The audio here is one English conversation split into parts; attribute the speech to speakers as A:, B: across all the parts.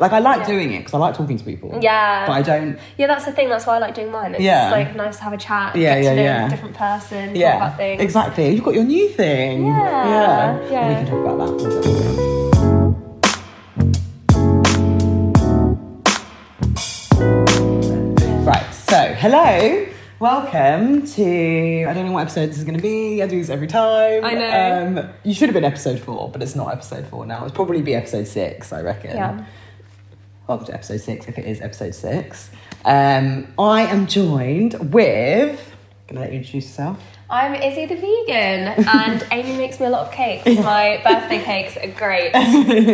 A: Like I like doing it because I like talking to people.
B: Yeah.
A: But I don't.
B: Yeah, that's the thing. That's why I like doing mine. It's
A: Yeah.
B: like nice to have a chat,
A: Yeah,
B: get
A: yeah,
B: to know
A: yeah.
B: a different person,
A: Yeah.
B: talk about things.
A: Exactly. You've got your new thing.
B: Yeah,
A: Yeah.
B: yeah.
A: We can talk about that. Right. So hello. Welcome to I don't know what episode this is going to be. I do this every time.
B: I know.
A: Um, you should have been episode four, but it's not episode four now. It's probably be episode six, I reckon.
B: Yeah.
A: Welcome to episode six, if it is episode six. Um, I am joined with. Gonna let you introduce yourself.
B: I'm Izzy the vegan, and Amy makes me a lot of cakes. My birthday cakes are great.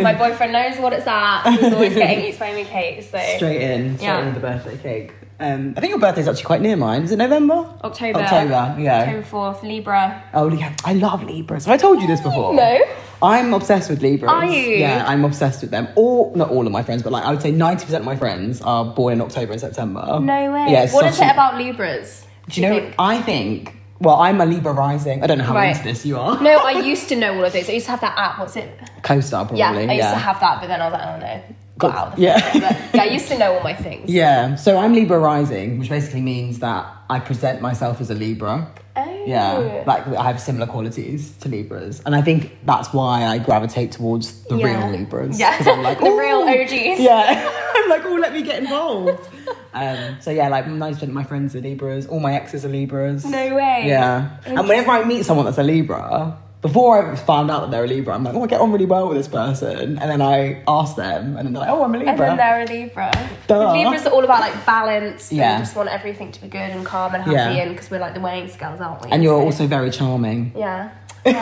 B: My boyfriend knows what it's at. He's always getting Eats by Me cakes. So
A: Straight in, straight
B: Yeah.
A: in with the birthday cake. Um, I think your birthday's actually quite near mine. Is it November?
B: October.
A: October, yeah.
B: October fourth, Libra.
A: Oh, yeah. I love Libras. Have I told you this before?
B: No.
A: I'm obsessed with Libras.
B: Are you?
A: Yeah, I'm obsessed with them. All, not all of my friends, but like I would say 90% of my friends are born in October and September.
B: No way.
A: Yeah, it's
B: what is
A: such
B: it
A: a-
B: about Libras?
A: Do you know,
B: think?
A: I think, well, I'm a Libra rising. I don't know how
B: Right.
A: into this you are.
B: No, I used to know all of those. I used to have that app. What's it?
A: Co-star, probably.
B: Yeah, I used to have that, but then I was like, oh no, got
A: Got-
B: out. Of the
A: yeah.
B: thing. But, yeah, I used to know all my things.
A: Yeah, so I'm Libra rising, which basically means that I present myself as a Libra.
B: Oh.
A: Yeah, like I have similar qualities to Libras, and I think that's why I gravitate towards the
B: Yeah.
A: real Libras.
B: Yeah.
A: 'Cause I'm like,
B: The real
A: "Ooh."
B: OGs.
A: Yeah, I'm like, oh, let me get involved. um, so yeah, like 90% of my friends are Libras. All my exes are Libras.
B: No way.
A: Yeah, and whenever I meet someone that's a Libra. Before I found out that they're a Libra, I'm like, oh, I get on really well with this person. And then I ask them, and then they're like, oh, I'm a Libra.
B: And then they're a Libra.
A: Duh.
B: Libras are all about like balance.
A: Yeah.
B: And just want everything to be good and calm and happy,
A: Yeah.
B: and because we're like the weighing scales, aren't we?
A: And you're
B: So-
A: also very charming.
B: Yeah.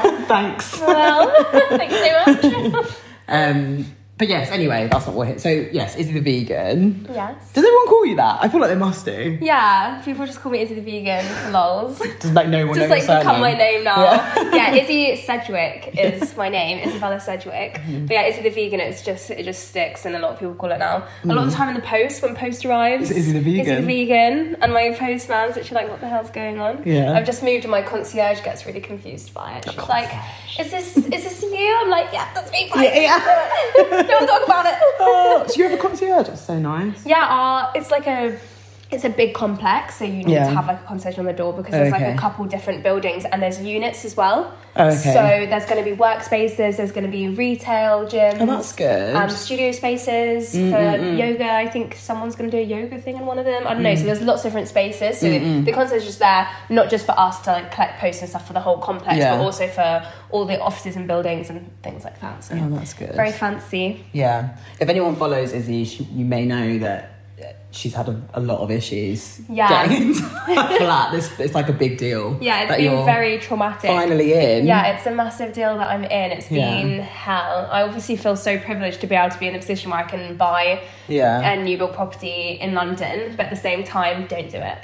A: Thanks.
B: Well, thanks so much.
A: Um, but yes, anyway, that's not what it. So yes, Izzy the vegan.
B: yes.
A: Does everyone call you that? I feel like they must do.
B: Yeah, people just call me Izzy the Vegan, lols.
A: Does like no one know your
B: Just like become
A: surname?
B: my name now.
A: Yeah.
B: Yeah. Izzy Sedgwick is my name, Isabella Sedgwick.
A: Mm-hmm.
B: But yeah, Izzy the Vegan, it's just it just sticks, and a lot of people call it now. A lot of the time in the post when post arrives,
A: It's Mm-hmm. Izzy the Vegan.
B: Izzy the Vegan, and my postman's literally like, what the hell's going on?
A: Yeah.
B: I've just moved, and my concierge gets really confused by it. She's like, is this is this you? I'm like, yeah, that's me. Bye.
A: Yeah,
B: Don't talk about it.
A: Oh, so you have a concierge? That's so nice.
B: Yeah, our, it's like a it's a big complex, so you need
A: Yeah.
B: to have like a concierge on the door because there's
A: Okay. Oh,
B: like a couple different buildings and there's units as well.
A: Okay.
B: So there's going to be workspaces, there's going to be retail gyms.
A: Oh, that's good. Mm,
B: Um, studio spaces for yoga. I think someone's going to do a yoga thing in one of them. I don't know.
A: Mm.
B: So there's lots of different spaces. So the concierge is just there, not just for us to like collect posts and stuff for the whole complex,
A: Yeah.
B: but also for all the offices and buildings and things like that. So
A: oh, that's good.
B: very fancy.
A: Yeah. If anyone follows Izzy, she, you may know that uh, she's had a, a lot of issues.
B: Yeah.
A: Getting into a flat. This it's like a big deal.
B: Yeah, it's
A: that
B: been
A: you're
B: very traumatic.
A: finally in.
B: Yeah, it's a massive deal that I'm in. It's
A: Yeah.
B: been hell. I obviously feel so privileged to be able to be in the position where I can buy
A: Yeah.
B: a new build property in London, but at the same time, don't do it.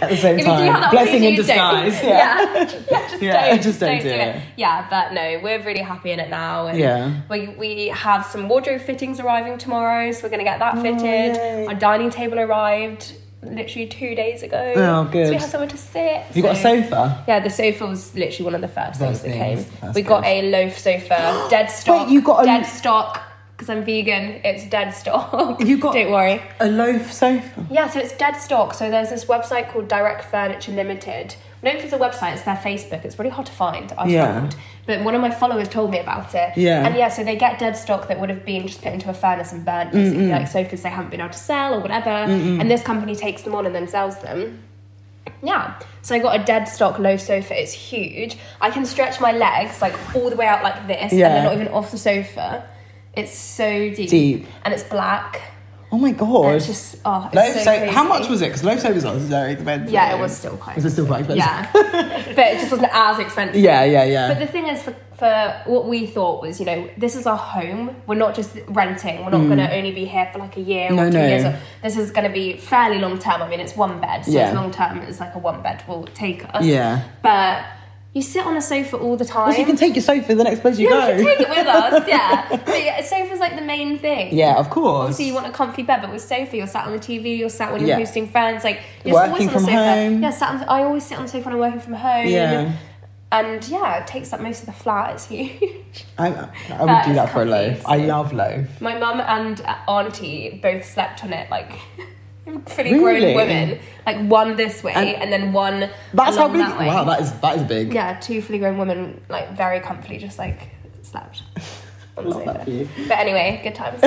A: At the same
B: If you do have
A: time,
B: that
A: blessing in
B: opportunity, don't.
A: disguise.
B: Yeah. just
A: Yeah,
B: don't,
A: just don't do it.
B: Yeah, but no, we're really happy in it now. And
A: Yeah.
B: We, we have some wardrobe fittings arriving tomorrow, so we're going to get that fitted.
A: Oh, yay.
B: Our dining table arrived literally two days ago.
A: Oh,
B: So
A: good.
B: we have somewhere to sit.
A: You got a
B: so-
A: sofa.
B: yeah, the sofa was literally one of the first
A: First
B: things that
A: things,
B: came.
A: first
B: we got
A: things.
B: a loaf sofa, dead stock.
A: you got a-
B: dead stock because I'm vegan. It's dead stock.
A: You got-
B: Don't worry.
A: A loaf sofa.
B: Yeah, so it's dead stock. So there's this website called Direct Furniture Limited. I don't think it's a website, it's their Facebook. It's really hard to find. I
A: Yeah.
B: struggled. But one of my followers told me about it.
A: Yeah.
B: And yeah, so they get dead stock that would have been just put into a furnace and burnt, basically, like sofas they haven't been able to sell or whatever. And this company takes them on and then sells them. Yeah. So I got a dead stock low sofa. It's huge. I can stretch my legs like all the way out like this,
A: Yeah.
B: and they're not even off the sofa. It's so deep.
A: Deep.
B: And it's black.
A: Oh my
B: And
A: god.
B: It's just oh, it's
A: Loaf
B: so
A: so-
B: crazy.
A: how much was it? Because loaf sofa's not very expensive.
B: Yeah, it was still quite.
A: Was it still quite expensive?
B: Yeah, but it just wasn't as expensive.
A: Yeah, yeah, yeah.
B: But the thing is, for, for what we thought was, you know, this is our home. We're not just renting. We're not going to only be here for like a year
A: Mm. No,
B: or two
A: no.
B: years. Or, this is going to be fairly long term. I mean, it's one bed, so
A: Yeah.
B: it's long term. It's like a one bed will take us.
A: Yeah.
B: But you sit on a sofa all the time.
A: so you can take your sofa the next place you
B: yeah,
A: go.
B: we can take it with us. Yeah, but yeah, sofa's like the main thing.
A: yeah, of course.
B: So you want a comfy bed, but with sofa, you're sat on the TV, you're sat when you're
A: Yeah.
B: hosting friends, like you're
A: Working
B: always on the
A: from
B: sofa.
A: home.
B: Yeah, sat on, I always sit on the sofa when I'm working from home.
A: Yeah.
B: And yeah, it takes up most of the flat. It's huge.
A: I, I would
B: That
A: do
B: is
A: that for a loaf. I
B: confusing.
A: love loaf.
B: My mum and auntie both slept on it like fully
A: Really?
B: grown women. Like one this way
A: And-
B: and, then one
A: That's how
B: along
A: big.
B: that way.
A: wow, that is that is big.
B: yeah, two fully grown women like very comfortably just like slept. on the
A: Love that
B: sofa.
A: for you.
B: But anyway, good times.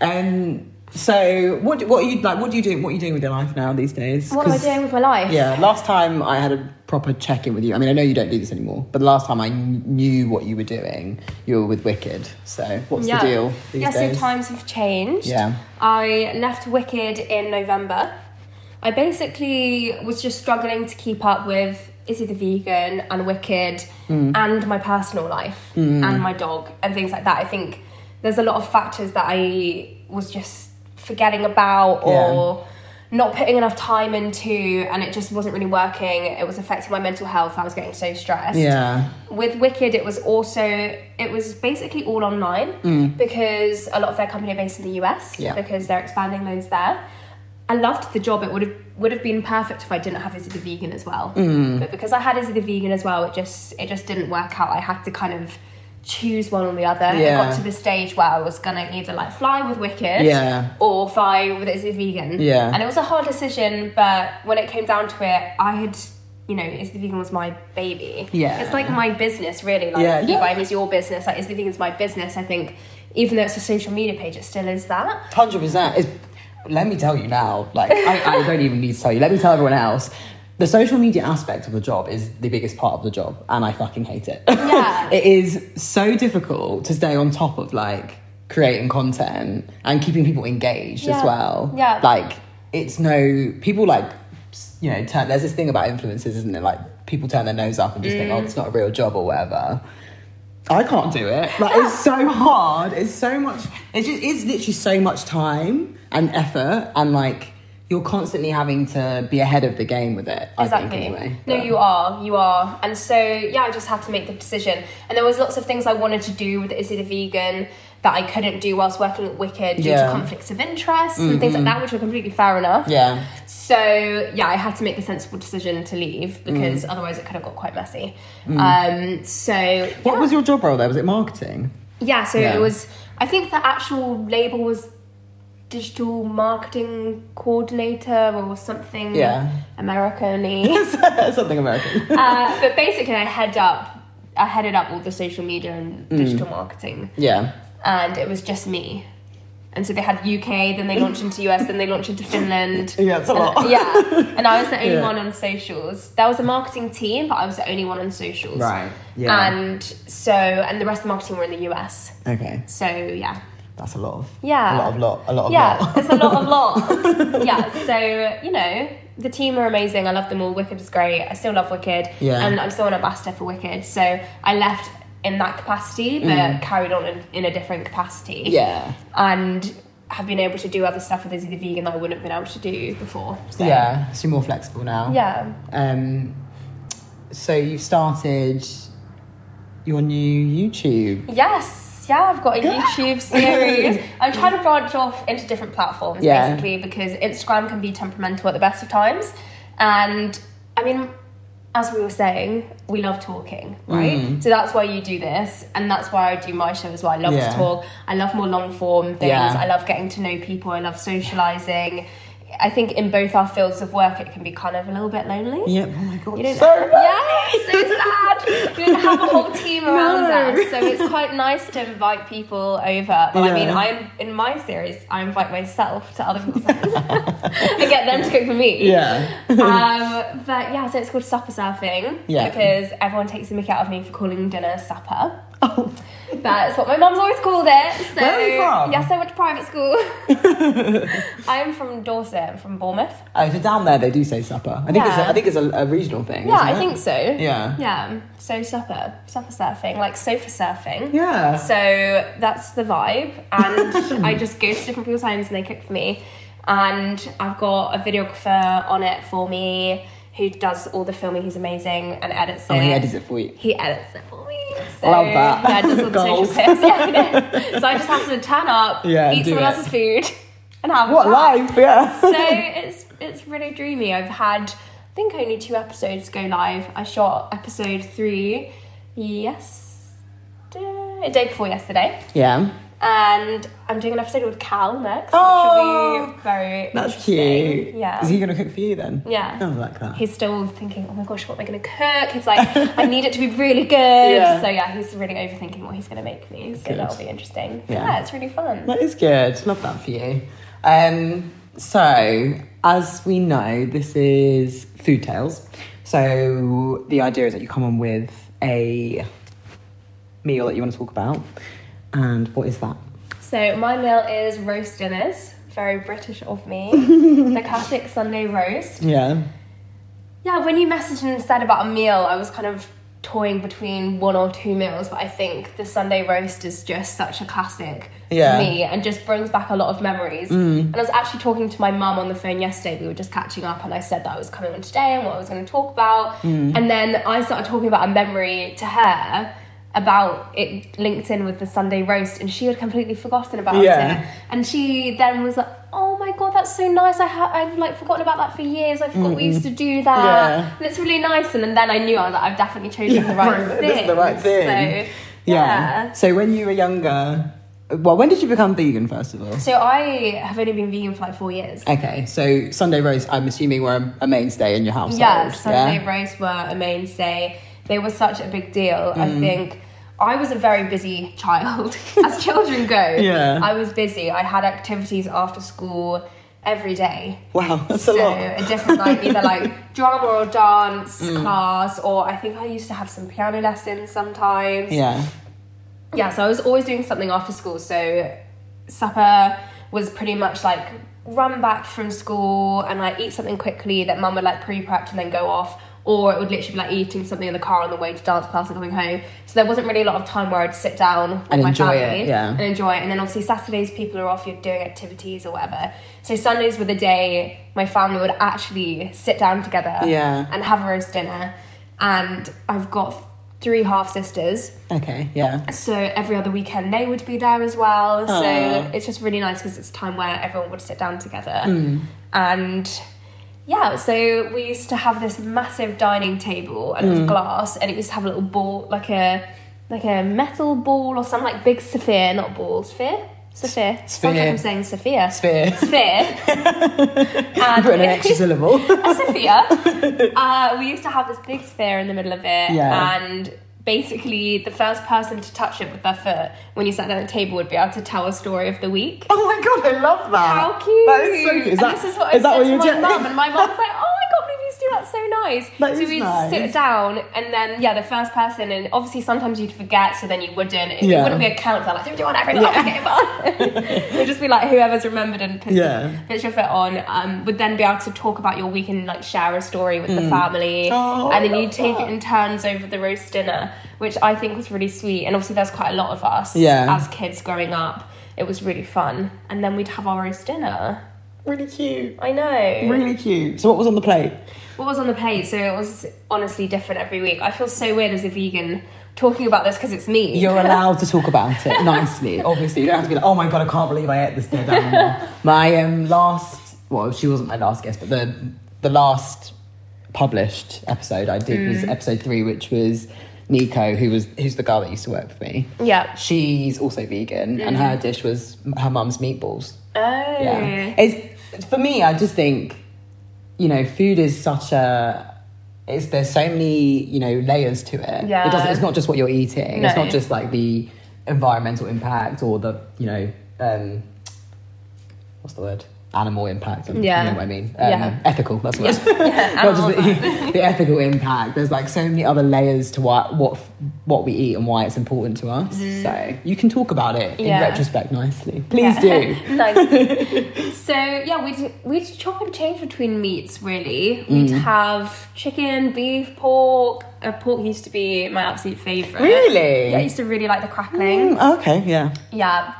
A: Um. So what what are you like? What do you do? What are you doing with your life now these days?
B: what am I
A: 'Cause-
B: doing with my life?
A: Yeah. Last time I had a proper check in with you. I mean, I know you don't do this anymore, but the last time I kn- knew what you were doing, you were with Wicked. So what's the deal these
B: yeah,
A: days?
B: so times have changed.
A: Yeah.
B: I left Wicked in November. I basically was just struggling to keep up with Izzy the Vegan and Wicked
A: Mm.
B: and my personal life and my dog and things like that. I think there's a lot of factors that I was just forgetting about or not putting enough time into and it just wasn't really working. It was affecting my mental health. I was getting so stressed
A: yeah.
B: with Wicked, it was also it was basically all online because a lot of their company are based in the US
A: Mm. Yeah.
B: because they're expanding loads there. I loved the job. It would have would have been perfect if I didn't have Izzy the vegan as well.
A: Mm.
B: But because I had Izzy the vegan as well, it just it just didn't work out. I had to kind of choose one or the other. I
A: Yeah.
B: got to the stage where I was gonna either like fly with Wicked
A: Yeah.
B: or fly with Izzy the vegan.
A: Yeah.
B: And it was a hard decision, but when it came down to it, I had you know, Izzy the vegan was my baby.
A: Yeah.
B: It's like my business, really. Like,
A: Yeah.
B: yeah, eBay is your business. Like, is the thing is my business. I think, even though it's a social media page, it still is that.
A: Hundred percent. It's- Let me tell you now. Like I, I don't even need to tell you. Let me tell everyone else. The social media aspect of the job is the biggest part of the job, and I fucking hate it.
B: Yeah.
A: it is so difficult to stay on top of like creating content and keeping people engaged as
B: Yeah.
A: well.
B: Yeah.
A: Like it's no people like you know turn. There's this thing about influencers, isn't it? Like people turn their nose up and just
B: Mm.
A: think, oh, it's not a real job or whatever. I can't do it. Like it's so hard. It's so much. It's just it's literally so much time and effort, and like you're constantly having to be ahead of the game with it. I think anyway.
B: No,
A: But-
B: you are. You are. And so, yeah, I just had to make the decision. And there was lots of things I wanted to do with Is It a Vegan that I couldn't do whilst working at Wicked due
A: Yeah. Mm-hmm.
B: to conflicts of interest and things like that, which were completely fair enough.
A: Yeah.
B: So yeah, I had to make the sensible decision to leave because
A: Mm.
B: otherwise it could have got quite messy. Um, so
A: What
B: yeah.
A: was your job role there? Was it marketing?
B: Yeah, so
A: Yeah.
B: it was. I think the actual label was digital marketing coordinator or something
A: Yeah.
B: American-y.
A: Something American.
B: uh, but basically, I head up. I headed up all the social media and
A: Mm.
B: digital marketing,
A: Yeah.
B: and it was just me. And so they had UK, then they launched into US, then they launched into Finland.
A: Yeah, it's a
B: And-
A: lot.
B: yeah, and I was the only
A: Yeah.
B: one on socials. There was a marketing team, but I was the only one on socials.
A: Right, yeah.
B: And so, and the rest of the marketing were in the US.
A: Okay.
B: So yeah.
A: That's a lot of.
B: Yeah.
A: A lot of lot. A lot of
B: yeah,
A: lot.
B: it's a lot of lots. yeah, so you know the team are amazing. I love them all. Wicked is great. I still love Wicked.
A: Yeah.
B: and I'm still an ambassador for Wicked. So I left in that capacity, but carried on in, in a different capacity.
A: Mm. Yeah.
B: and have been able to do other stuff with Izzy the Vegan that I wouldn't have been able to do before. So,
A: Yeah. So you're more flexible now.
B: yeah.
A: Um. So you've started your new YouTube.
B: Yes, yeah, I've got a YouTube series. I'm trying to branch off into different platforms
A: Yeah.
B: basically because Instagram can be temperamental at the best of times. And I mean, as we were saying, we love talking, right?
A: Mm-hmm.
B: So that's why you do this, and that's why I do my show as well. I love
A: Yeah.
B: to talk. I love more long form things.
A: Yeah.
B: I love getting to know people. I love socializing. I think in both our fields of work, it can be kind of a little bit lonely.
A: Yep. Oh my god.
B: You don't
A: so
B: yeah, it's so sad. You don't have a whole team around
A: No.
B: us, so it's quite nice to invite people over. Well, I mean,
A: Yeah.
B: I'm in my series. I invite myself to other people's houses and get them to cook for me.
A: Yeah.
B: Um, but yeah, so it's called supper surfing
A: Yeah.
B: because everyone takes the mickey out of me for calling dinner supper.
A: Oh.
B: That's what my mum's always called it. So,
A: Where are you from?
B: Yes, I went to private school. I'm from Dorset. I'm from Bournemouth.
A: Oh, so down there they do say supper. I think it's a,
B: Yeah.
A: I think it's a, a regional thing.
B: Yeah,
A: isn't
B: I
A: it?
B: think so.
A: Yeah.
B: Yeah, so supper, supper surfing, like sofa surfing.
A: Yeah.
B: So that's the vibe, and I just go to different people's homes and they cook for me. And I've got a videographer on it for me who does all the filming. He's amazing and edits
A: and
B: it.
A: Oh, he edits it for you.
B: He edits it for me. So,
A: Love that.
B: Yeah, does all the social
A: Goals.
B: tips. Yeah, I know. So I just have to turn up,
A: Yeah, and
B: eat
A: do
B: someone
A: it.
B: else's food, and have a
A: What
B: chat
A: life? Yeah.
B: so it's it's really dreamy. I've had I think only two episodes go live. I shot episode three yesterday, day before yesterday,
A: Yeah.
B: and I'm doing an episode with Cal next, which
A: Oh,
B: will be very
A: That's
B: interesting.
A: cute.
B: Yeah.
A: Is he going to cook for you then?
B: Yeah.
A: Oh, I like that.
B: He's still thinking, oh my gosh, what am I going to cook? He's like, I need it to be really good.
A: Yeah.
B: So, yeah, he's really overthinking what he's going to make me. So,
A: Good.
B: that'll be interesting.
A: Yeah.
B: Yeah. it's really fun.
A: That is good. Love that for you. Um, so, as we know, this is Food Tales. So, the idea is that you come on with a meal that you want to talk about. And what is that?
B: So, my meal is roast dinners. Very British of me. the classic Sunday roast.
A: Yeah.
B: Yeah, when you messaged and said about a meal, I was kind of toying between one or two meals, but I think the Sunday roast is just such a classic
A: Yeah. Mm.
B: for me and just brings back a lot of memories. And I was actually talking to my mum on the phone yesterday. We were just catching up, and I said that I was coming on today and what I was going to talk about.
A: Mm.
B: And then I started talking about a memory to her about it linked in with the Sunday roast, and she had completely forgotten about
A: Yeah.
B: it. And she then was like, "Oh my god, that's so nice! I ha- I've like forgotten about that for years. I forgot we
A: Mm.
B: used to do that.
A: Yeah.
B: And it's really nice." And then I knew I was like, "I've definitely chosen the right
A: Right,
B: thing."
A: this is the right thing.
B: So,
A: yeah. So, when you were younger, well, when did you become vegan, first of all?
B: So I have only been vegan for like four years.
A: Okay, so Sunday roast, I'm assuming, were a- a mainstay in your household.
B: Yeah, Sunday roasts were a mainstay. They were such a big deal. I
A: Mm.
B: think I was a very busy child, as children go.
A: Yeah.
B: I was busy. I had activities after school every day.
A: Wow, that's
B: so
A: a lot.
B: a different like either like drama or dance
A: Mm.
B: class, or I think I used to have some piano lessons sometimes.
A: Yeah.
B: yeah, so I was always doing something after school. So supper was pretty much like run back from school and like eat something quickly that mum would like pre-prepped and then go off. Or it would literally be like eating something in the car on the way to dance class and coming home. So there wasn't really a lot of time where I'd sit down with
A: And
B: my
A: enjoy it,
B: family
A: yeah.
B: and enjoy it. And then obviously Saturdays people are off, you're doing activities or whatever. So Sundays were the day my family would actually sit down together
A: Yeah.
B: and have a roast dinner. And I've got three half sisters.
A: Okay, yeah.
B: So every other weekend they would be there as well.
A: Aw.
B: So it's just really nice because it's a time where everyone would sit down together.
A: Hmm.
B: And yeah, so we used to have this massive dining table and it
A: Hmm.
B: was glass and it used to have a little ball like a like a metal ball or some like big sphere, not ball, sphere? Sphere. Sounds like
A: Sphere.
B: I'm saying Sophia.
A: Sphere.
B: Sphere.
A: I
B: and
A: put in an extra syllable.
B: a sphere. Uh, we used to have this big sphere in the middle of it,
A: Yeah.
B: and basically, the first person to touch it with their foot when you sat down at the table would be able to tell a story of the week.
A: Oh my god, I love that.
B: How cute!
A: That is so cute. Is
B: and
A: that,
B: this is what I
A: is that
B: said
A: what
B: to
A: you
B: my
A: did?
B: mum, and my mum was like, "Oh, I can't believe you used to do that. So nice."
A: That
B: so
A: is
B: we'd
A: nice.
B: sit down, and then yeah, the first person, and obviously sometimes you'd forget, so then you wouldn't. It,
A: Yeah.
B: it wouldn't be a countdown like three, two, one, everyone, yeah. it would just be like whoever's remembered and puts,
A: Yeah.
B: puts your foot on um, would then be able to talk about your week and like share a story with the
A: Mm.
B: family,
A: Oh,
B: and
A: I
B: then you
A: love
B: take
A: that.
B: it in turns over the roast dinner, which I think was really sweet. And obviously, there's quite a lot of us
A: Yeah.
B: as kids growing up. It was really fun. And then we'd have our roast dinner.
A: Really cute.
B: I know.
A: Really cute. So what was on the plate?
B: What was on the plate? So it was honestly different every week. I feel so weird as a vegan talking about this because it's me.
A: You're allowed to talk about it nicely. Obviously, you don't have to be like, "Oh my god, I can't believe I ate this dead animal." my um, last, well, she wasn't my last guest, but the the last published episode I did was episode three, which was Nico, who was who's the girl that used to work with me.
B: yeah.
A: She's also vegan, and her dish was her mum's meatballs.
B: Oh.
A: yeah. It's for me. I just think, you know, food is such a. It's there's so many you know layers to it.
B: Yeah.
A: It doesn't. It's not just what you're eating. It's
B: No.
A: not just like the environmental impact or the you know um, what's the word animal impact. and-
B: Yeah.
A: You know what I mean. Um,
B: Yeah.
A: Ethical. That's what.
B: Yeah,
A: not just the, the ethical impact. There's like so many other layers to what what what we eat and why it's important to us. So you can talk about it in
B: Mm-hmm. Yeah.
A: retrospect nicely. Please do.
B: nice. So yeah, we'd we'd chop and change between meats. Really, we'd
A: Mm.
B: have chicken, beef, pork. Uh, pork used to be my absolute favorite.
A: Really?
B: Yeah, I used to really like the crackling.
A: Mm, okay, yeah.
B: Yeah.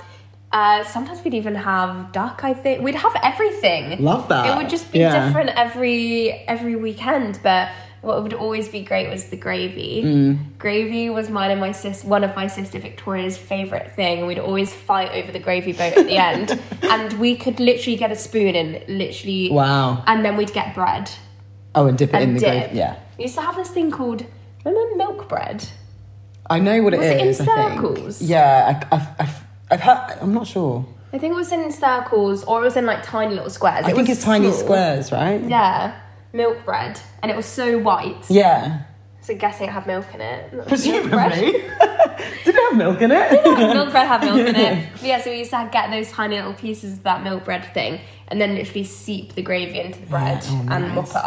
B: Uh, sometimes we'd even have duck. I think we'd have everything.
A: Love that.
B: It would just be
A: Uh, Yeah.
B: different every every weekend, but what would always be great was the gravy.
A: Mm.
B: Gravy was mine and my sis, one of my sister Victoria's favorite thing. and We'd always fight over the gravy boat at the end, and we could literally get a spoon and literally
A: Wow.
B: and then we'd get bread.
A: Oh, and dip it in
B: and
A: the
B: dip.
A: gravy. Yeah.
B: We used to have this thing called remember milk bread.
A: I know what
B: Was it
A: it
B: in
A: is. I think.
B: circles?
A: Yeah, I, I, I've, I've heard, I'm not sure.
B: I think it was in circles or it was in like tiny little squares.
A: I
B: It
A: think
B: was
A: it's tiny
B: small.
A: squares, right?
B: Yeah, milk bread, and it was so white.
A: Yeah.
B: So guessing it had milk in it. Milk
A: Presumably.
B: bread.
A: Did it have milk in it?
B: milk bread had milk in it. But yeah, so we used to get those tiny little pieces of that milk bread thing, and then literally seep the gravy into the bread
A: oh,
B: and
A: nice. Mm.
B: mop it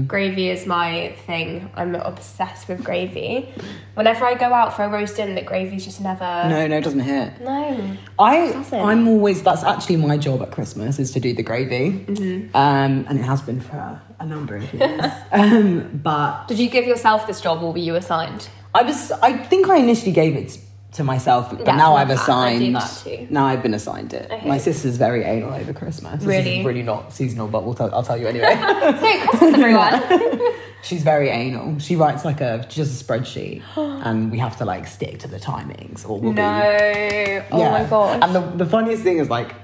B: up. Gravy is my thing. I'm obsessed with gravy. Whenever I go out for a roast dinner, that gravy's just never.
A: no, no, it doesn't hit.
B: No.
A: I,
B: Doesn't.
A: I'm always, that's actually my job at Christmas is to do the gravy.
B: Mm-hmm.
A: Um, and it has been for a number of years. um, but
B: Did you give yourself this job, or were you assigned?
A: I was. I think I initially gave it to myself, but
B: Yeah,
A: now
B: I
A: I've
B: do that. I
A: assigned.
B: do that too.
A: Now I've been assigned it.
B: Okay.
A: My sister's very anal over Christmas. This is
B: Really?
A: really not seasonal, but we'll tell, I'll tell you anyway.
B: So Christmas, everyone.
A: She's very anal. She writes like a just a spreadsheet, and we have to like stick to the timings, or we'll
B: No.
A: be.
B: Oh my god.
A: And the, the funniest thing is like.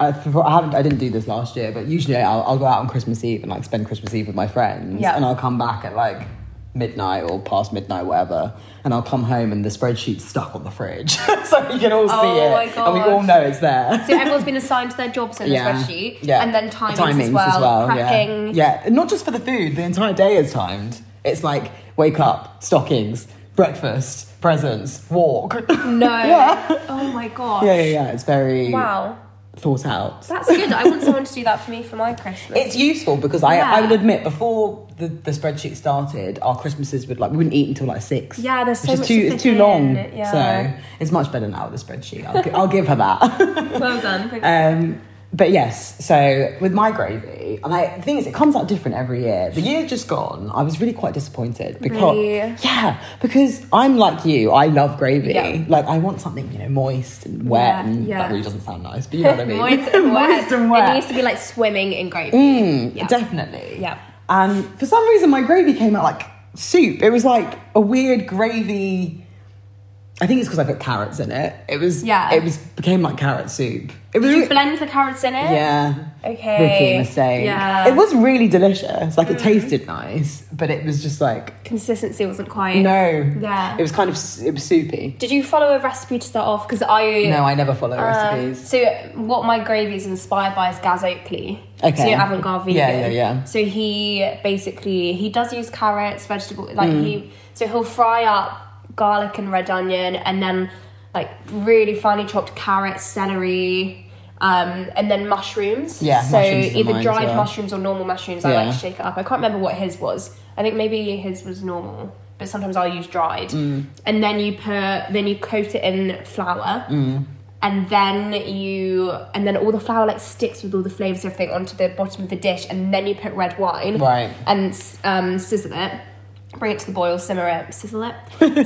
A: I, for- I haven't. I didn't do this last year, but usually I'll, I'll go out on Christmas Eve and like spend Christmas Eve with my friends,
B: Yeah.
A: and I'll come back at like midnight or past midnight, whatever, and I'll come home and the spreadsheet's stuck on the fridge, so we can all see
B: Oh
A: it,
B: my
A: and we all
B: gosh.
A: know it's there.
B: So everyone's been assigned to their jobs in the
A: Yeah.
B: spreadsheet,
A: Yeah.
B: and then timings,
A: Timings
B: as well,
A: yeah.
B: cracking.
A: Yeah. not just for the food. The entire day is timed. It's like wake up, stockings, breakfast, presents, walk. yeah,
B: No.
A: Yeah.
B: Oh my god.
A: yeah, yeah. It's very
B: Wow.
A: thought out.
B: That's good. I want someone to do that for me for my Christmas.
A: It's useful because I,
B: Yeah.
A: I will admit before the, the spreadsheet started, our Christmases would like we wouldn't eat until like six.
B: Yeah, there's so
A: which
B: much
A: is too
B: to
A: it's
B: fit
A: too long.
B: in, yeah.
A: So it's much better now with the spreadsheet. I'll, gi- I'll give her that.
B: well done.
A: Um, but yes, so with my gravy, and I, the thing is, it comes out different every year. The year just gone, I was really quite disappointed because
B: Really?
A: yeah, because I'm like you, I love gravy.
B: Yeah.
A: Like I want something you know moist and wet,
B: Yeah,
A: and
B: yeah.
A: that really doesn't sound nice, but you know what I mean.
B: Moist and wet.
A: Moist and
B: It
A: wet.
B: needs to be like swimming in gravy.
A: Mm,
B: Yeah.
A: Definitely.
B: Yeah.
A: And for some reason, my gravy came out like soup. It was like a weird gravy. I think it's because I put carrots in it. It was
B: Yeah.
A: It was became like carrot soup. It was
B: Did you
A: re-
B: blend the carrots in it?
A: yeah.
B: Okay.
A: Rookie mistake.
B: Yeah. Mm.
A: It was really delicious. Like it tasted nice, but it was just like
B: Consistency wasn't quite.
A: no.
B: Yeah.
A: It was kind of s- it was soupy.
B: Did you follow a recipe to start off? Because I.
A: No, I never follow
B: Uh,
A: recipes.
B: so what my gravy is inspired by is Gaz Oakley.
A: Okay.
B: So you know, avant-garde vegan.
A: Yeah, yeah, yeah.
B: So he basically he does use carrots, vegetable like
A: Mm.
B: he so he'll fry up garlic and red onion and then like really finely chopped carrots, celery, um, and then mushrooms.
A: Yeah,
B: So
A: mushrooms are
B: either
A: mine as
B: dried
A: well.
B: mushrooms or normal mushrooms. I
A: Yeah.
B: like to shake it up. I can't remember what his was. I think maybe his was normal, but sometimes I'll use dried.
A: Mm.
B: And then you put then you coat it in flour
A: Mm.
B: and then you and then all the flour like sticks with all the flavors and everything onto the bottom of the dish and then you put red wine
A: Right.
B: and um, sizzle it bring it to the boil simmer it sizzle it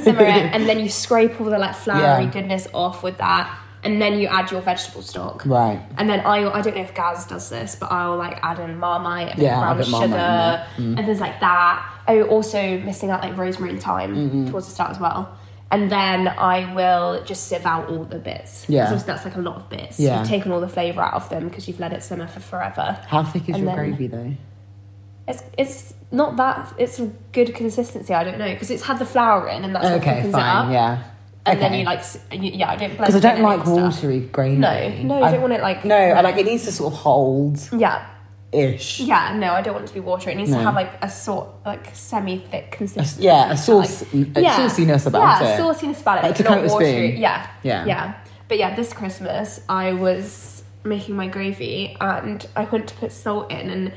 B: simmer it and then you scrape all the like floury
A: Yeah.
B: goodness off with that and then you add your vegetable stock
A: Right.
B: and then I I don't know if Gaz does this, but I'll like add in marmite, a bit
A: Yeah,
B: of
A: add
B: brown
A: a bit Marmite in
B: sugar,
A: there. Mm.
B: and things like that. Oh, also missing out like rosemary and thyme
A: Mm-hmm.
B: towards the start as well. And then I will just sieve out all the bits. 'Cause
A: Yeah.
B: obviously that's like a lot of bits.
A: Yeah.
B: You've taken all the flavour out of them because you've let it simmer for forever.
A: How thick is
B: and
A: your
B: then-
A: gravy though?
B: It's it's not that it's a good consistency. I don't know because it's had the flour in and that's what
A: Okay,
B: thickens uh, it
A: fine.
B: up.
A: Yeah.
B: And
A: okay.
B: then you like s- and you- yeah I don't blend
A: because I
B: it
A: don't
B: in
A: like
B: and stuff.
A: watery gravy.
B: No, no, you
A: I-
B: don't want it like
A: No, I like it needs to sort of hold
B: yeah.
A: ish.
B: Yeah, no, I don't want it to be water. It needs to
A: No.
B: have like a sort, like semi-thick consistency.
A: Yeah, a
B: Like-
A: sauce, a sauciness about
B: yeah,
A: it.
B: sauciness about it.
A: Like
B: it's
A: to
B: not
A: coat a
B: watery.
A: spoon.
B: Yeah,
A: Yeah.
B: yeah. But yeah, this Christmas I was making my gravy and I went to put salt in and.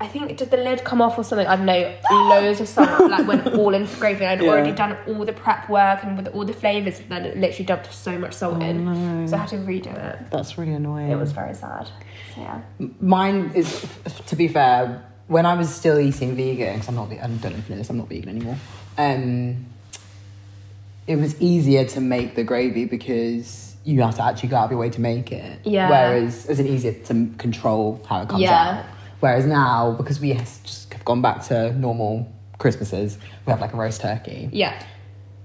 B: I think did the lid come off or something? I don't know. Loads of salt like went all into the gravy. I'd
A: Yeah.
B: already done all the prep work and with all the flavors, and then it literally dumped so much salt
A: Oh,
B: in. So I had to redo it.
A: That's really annoying.
B: It was very sad. So yeah.
A: Mine is, to be fair, when I was still eating vegan, because I'm not, ve- I don't know if you know this, I'm not vegan anymore. Um, it was easier to make the gravy because you have to actually go out of your way to make it.
B: Yeah.
A: Whereas it's easier to control how it comes
B: Yeah.
A: out. Whereas now, because we has- just have gone back to normal Christmases, we have like a roast turkey.
B: Yeah.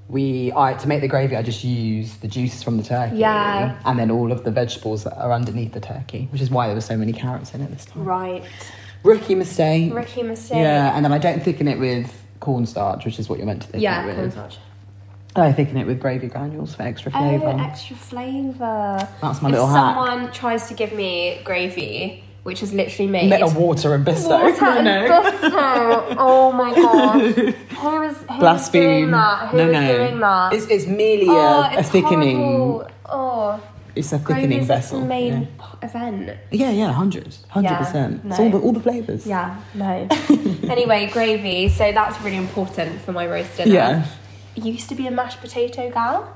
A: we I to make the gravy I just use the juices from the turkey.
B: Yeah.
A: And then all of the vegetables that are underneath the turkey, which is why there were so many carrots in it this time.
B: Right.
A: Rookie mistake.
B: Ricky mistake.
A: Yeah, and then I don't thicken it with cornstarch, which is what you're meant to thicken it
B: Yeah,
A: with.
B: cornstarch.
A: I thicken it with gravy granules for extra flavour.
B: Oh, extra flavour.
A: That's my
B: if
A: little hack.
B: someone tries to give me gravy, which is literally made
A: Bit of water and bisto.
B: Water
A: I
B: and
A: know.
B: gusto. Oh my god. Who is who is doing
A: Blaspheme.
B: that? Who
A: no,
B: is
A: no.
B: doing that?
A: It's, it's merely
B: oh,
A: a, a
B: it's
A: thickening.
B: horrible. Oh,
A: It's a
B: gravy
A: thickening
B: is
A: vessel.
B: Its main
A: yeah.
B: p- event.
A: Yeah, yeah, hundred, hundred percent.
B: Yeah,
A: It's
B: no.
A: all the all the flavors.
B: Yeah, no. anyway, gravy. So that's really important for my roast dinner.
A: Yeah.
B: Used to be a mashed potato gal,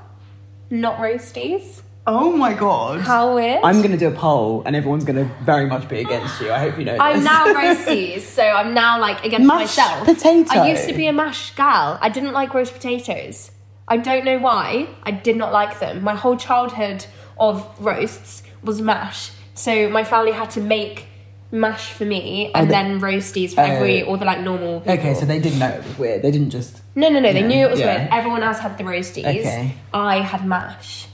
B: not roasties.
A: Oh my god.
B: How weird.
A: I'm gonna do a poll, and everyone's gonna very much be against you. I hope you know.
B: I'm
A: this.
B: now roasties, so I'm now like against
A: Mashed
B: myself.
A: potato.
B: I used to be a mash gal. I didn't like roast potatoes. I don't know why. I did not like them. My whole childhood of roasts was mash. So my family had to make mash for me and
A: they-
B: then roasties for
A: Oh.
B: every all the like normal people.
A: okay, so they did know it was weird. They didn't just.
B: No, no, no. They knew it was
A: yeah.
B: weird. Everyone else had the roasties.
A: Okay.
B: I had mash.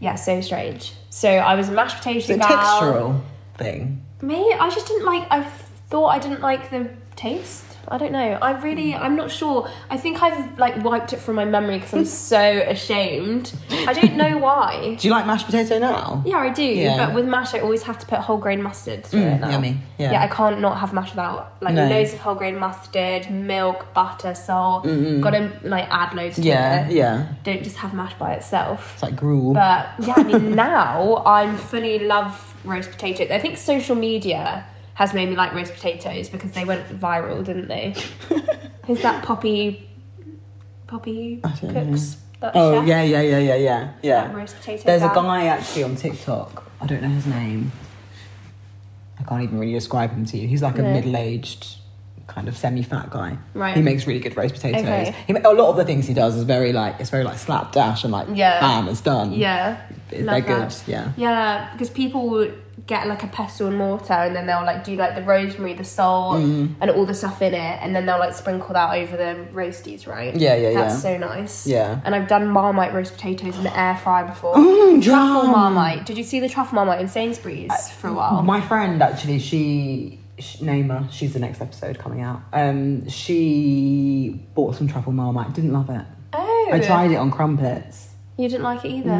B: Yeah, so strange. So I was a mashed potato
A: The
B: gal.
A: textural thing.
B: Me, I just didn't like. I thought I didn't like the taste. I don't know. I really,
A: Hmm.
B: I'm not sure. I think I've like wiped it from my memory because I'm so ashamed. I don't know why.
A: Do you like mashed potato now?
B: Yeah, I do.
A: Yeah.
B: But with mash, I always have to put whole grain mustard. Through
A: Mm,
B: it now.
A: yummy. Yeah.
B: I can't not have mash without like
A: No.
B: loads of whole grain mustard, milk, butter, salt. Gotta like add loads to
A: Mm-hmm. Yeah,
B: it.
A: yeah.
B: Don't just have mash by itself.
A: It's like gruel.
B: But yeah, I mean, now I'm fully love roast potatoes. I think social media has made me like roast potatoes because they went viral, didn't they? Is that Poppy Poppy
A: I don't
B: Cooks? That
A: oh
B: chef?
A: yeah, yeah, yeah, yeah, yeah, yeah.
B: That roast potato
A: There's a
B: guy.
A: guy actually on TikTok. I don't know his name. I can't even really describe him to you. He's like a
B: No.
A: middle-aged, kind of semi-fat guy.
B: Right.
A: He makes really good roast potatoes.
B: Okay.
A: He ma- a lot of the things he does is very like it's very like slapdash and like
B: Yeah.
A: bam, it's done.
B: Yeah.
A: They're
B: love
A: good,
B: that.
A: yeah.
B: Yeah, because people get like a pestle and mortar and then they'll like do like the rosemary, the salt,
A: Mm-hmm.
B: and all the stuff in it, and then they'll like sprinkle that over the roasties, right?
A: Yeah, yeah,
B: That's
A: yeah.
B: so nice.
A: Yeah.
B: And I've done marmite roast potatoes in the air fryer before.
A: Mm,
B: Truffle
A: yum.
B: marmite. Did you see the truffle marmite in Sainsbury's for a while?
A: My friend actually, she, she Naima, she's the next episode coming out. Um, she bought some truffle marmite. Didn't love it.
B: oh, Uh,
A: I tried it on crumpets.
B: You didn't like it either.
A: No.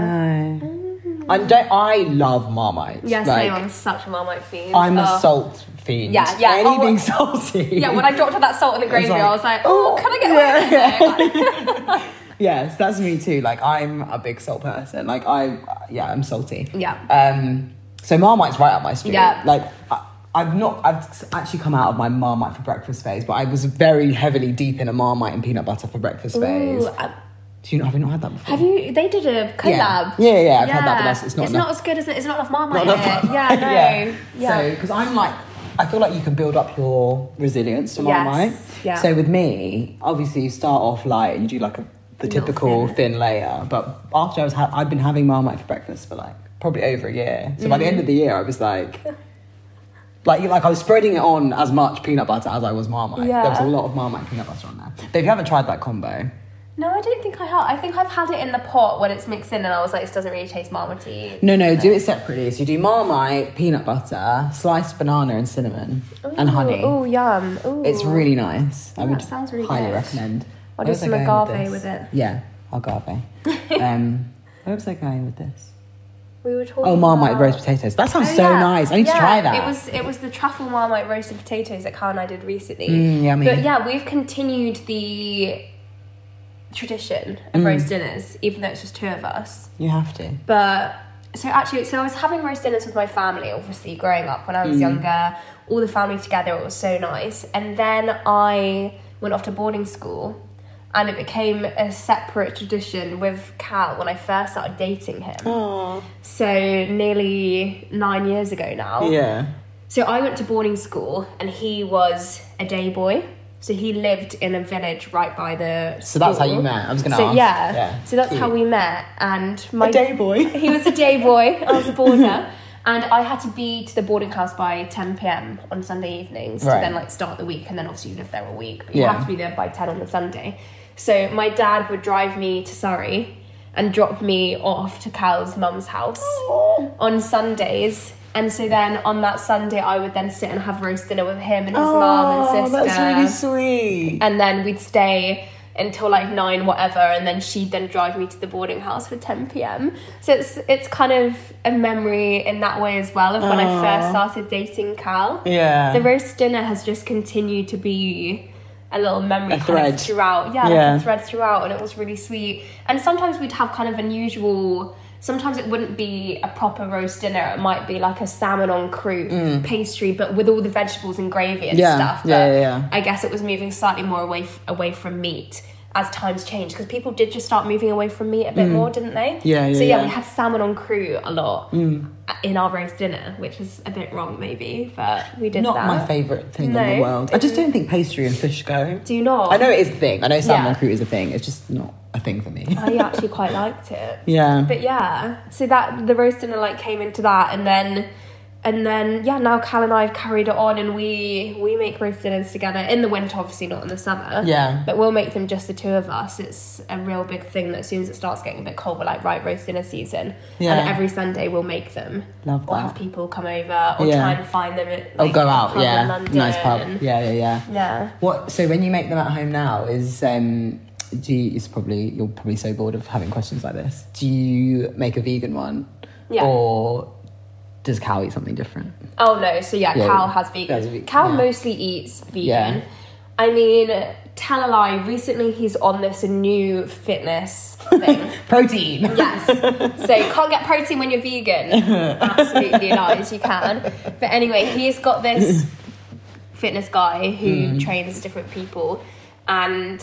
B: mm.
A: I don't. I love marmite.
B: Yeah,
A: like,
B: same. I'm such a marmite fiend.
A: I'm a
B: Oh.
A: salt fiend.
B: Yeah, yeah. Oh,
A: Anything
B: what-
A: salty.
B: Yeah, when I dropped all that salt in the gravy,
A: like,
B: I was like, oh,
A: oh,
B: can I get yeah. it?
A: yes, that's me too. Like I'm a big salt person. Like I, yeah, I'm salty.
B: Yeah.
A: Um. So Marmite's right up my street.
B: Yeah.
A: Like. I, I've not. I've s- actually come out of my Marmite for breakfast phase, but I was very heavily deep in a Marmite and peanut butter for breakfast phase.
B: Ooh, I-
A: Do you not have you not had that before?
B: Have you? They did a collab.
A: Yeah. Yeah, yeah, yeah, I've had that, but that's- it's not enough.
B: as good as it's not enough marmite.
A: Not enough
B: in it. Yeah,
A: Marmite,
B: no,
A: yeah.
B: yeah.
A: So, because I'm like, I feel like you can build up your resilience to
B: Yes,
A: Marmite.
B: yeah.
A: So with me, obviously you start off light, you do like a, the
B: Little
A: typical
B: thin.
A: thin. layer. But after I was, ha- I'd been having Marmite for breakfast for like probably over a year. So by the end of the year, I was like. Like, like I was spreading it on as much peanut butter as I was Marmite. There was a
B: Yeah.
A: lot of Marmite peanut butter on there. But if you haven't tried that combo,
B: no, I don't think I have. I think I've had it in the pot when it's mixed in, and I was like, this doesn't really taste marmite.
A: No, no, do it separately. So you do Marmite, peanut butter, sliced banana and cinnamon, and honey.
B: Oh, yum. Ooh.
A: It's really nice. I
B: Yeah,
A: would
B: it sounds really
A: highly
B: good.
A: recommend. Where
B: I'll do
A: was I
B: some
A: going
B: agave
A: this?
B: with it.
A: Yeah, agave. um, where was I going with this?
B: We were talking.
A: Oh, Marmite
B: about-
A: roast potatoes. That sounds
B: Oh,
A: so
B: yeah.
A: nice. I need
B: Yeah,
A: to try that.
B: It was it was the truffle marmite roasted potatoes that Carl and I did recently.
A: Mm, yummy.
B: But yeah, we've continued the tradition
A: Mm.
B: of roast dinners, even though it's just two of us.
A: you have to.
B: But so actually, so I was having roast dinners with my family, obviously, growing up when I
A: Mm.
B: was younger, all the family together, it was so nice. And then I went off to boarding school and it became a separate tradition with Cal when I first started dating him. So nearly nine years ago now.
A: Yeah.
B: So I went to boarding school and he was a day boy. So he lived in a village right by the.
A: So that's how you
B: school.
A: met. I was gonna
B: So
A: ask.
B: yeah.
A: Yeah.
B: So that's how
A: Cute.
B: we met, and my
A: day boy.
B: he was a day boy. I was a boarder, and I had to be to the boarding house by ten p.m. on Sunday evenings to
A: Right.
B: then like start the week, and then obviously you live there a week, but you
A: Yeah.
B: have to be there by ten on the Sunday. So my dad would drive me to Surrey and drop me off to Cal's mum's house on Sundays And so then on that Sunday, I would then sit and have roast dinner with him and his
A: oh,
B: mum and sister.
A: that's really sweet.
B: and then we'd stay until like nine whatever and then she'd then drive me to the boarding house for 10 p.m so it's it's kind of a memory in that way as well of when i first started dating cal
A: Yeah.
B: the roast dinner has just continued to be a little memory
A: A
B: kind
A: thread.
B: of throughout yeah,
A: Yeah.
B: Like a thread throughout and it was really sweet and sometimes we'd have kind of unusual sometimes it wouldn't be a proper roast dinner it might be like a salmon on croute pastry but with all the vegetables and gravy and
A: Mm. Yeah,
B: stuff
A: yeah,
B: but
A: yeah, yeah.
B: I guess it was moving slightly more away f- away from meat as times changed because people did just start moving away from meat a bit more, didn't they?
A: Mm. Yeah, yeah,
B: So yeah,
A: yeah.
B: we had salmon on crew a lot
A: Mm.
B: in our roast dinner, which is a bit wrong maybe, but we did
A: Not
B: that.
A: my favourite thing in the
B: No.
A: world. I just don't think pastry and fish go.
B: Do you not?
A: I know it is a thing. I know salmon
B: Yeah.
A: recruit is a thing. It's just not a thing for me.
B: I actually quite liked it.
A: yeah.
B: But yeah, so that the roast dinner like came into that, and then and then yeah, now Cal and I have carried it on, and we we make roast dinners together in the winter, obviously not in the summer.
A: Yeah.
B: but we'll make them just the two of us. It's a real big thing that as soon as it starts getting a bit cold, we're like right roast dinner season,
A: Yeah.
B: and every Sunday we'll make them.
A: Love
B: Or
A: that.
B: have people come over, or
A: Yeah.
B: try and find them. At,
A: oh,
B: like,
A: go
B: a
A: out.
B: pub in
A: Yeah.
B: London.
A: Nice pub. Yeah, yeah, yeah.
B: Yeah.
A: What? So when you make them at home now, is um, do you, it's probably you're probably so bored of having questions like this. Do you make a vegan one?
B: Yeah.
A: Or does Cal eat something different?
B: Oh no, so yeah,
A: Yeah,
B: Cal has vegan.
A: that's ve-
B: Cal
A: yeah.
B: mostly eats vegan.
A: Yeah.
B: I mean, tell a lie, recently he's on this new fitness thing.
A: Protein.
B: yes. So you can't get protein when you're vegan. Absolutely lies, you can. But anyway, he's got this fitness guy who
A: Hmm.
B: trains different people and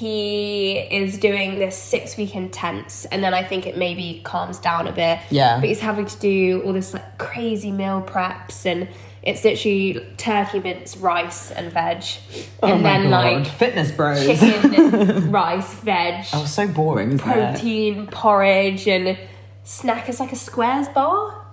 B: he is doing this six week intense and then I think it maybe calms down a bit.
A: Yeah.
B: But he's having to do all this like crazy meal preps and it's literally turkey mince, rice and veg.
A: Oh
B: and
A: my God.
B: then like
A: fitness bros.
B: chicken, rice, veg
A: Oh, so boring. Isn't It?
B: protein porridge and snack is like a squares bar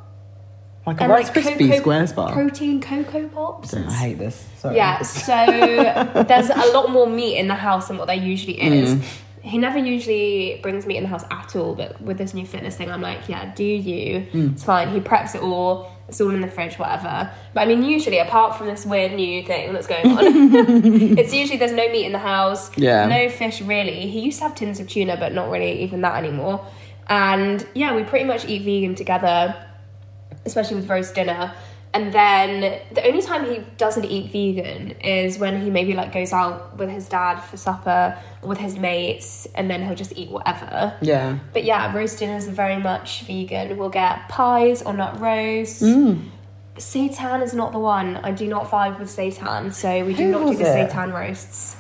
A: Like a
B: and
A: Rice
B: like
A: crispy
B: cocoa-
A: squares bar.
B: protein cocoa pops
A: I hate this. Sorry.
B: yeah so there's a lot more meat in the house than what there usually is
A: Mm.
B: he never usually brings meat in the house at all but with this new fitness thing i'm like yeah do you
A: Mm.
B: it's fine he preps it all it's all in the fridge whatever but i mean usually apart from this weird new thing that's going on it's usually there's no meat in the house
A: Yeah.
B: no fish really he used to have tins of tuna but not really even that anymore and yeah we pretty much eat vegan together especially with roast dinner. And then the only time he doesn't eat vegan is when he maybe like goes out with his dad for supper or with his mates, and then he'll just eat whatever.
A: Yeah.
B: But yeah, roast dinners are very much vegan. We'll get pies or nut roast.
A: Mm.
B: Seitan is not the one. I do not vibe with seitan, so we do
A: Who
B: not do
A: was
B: the
A: it?
B: seitan roasts.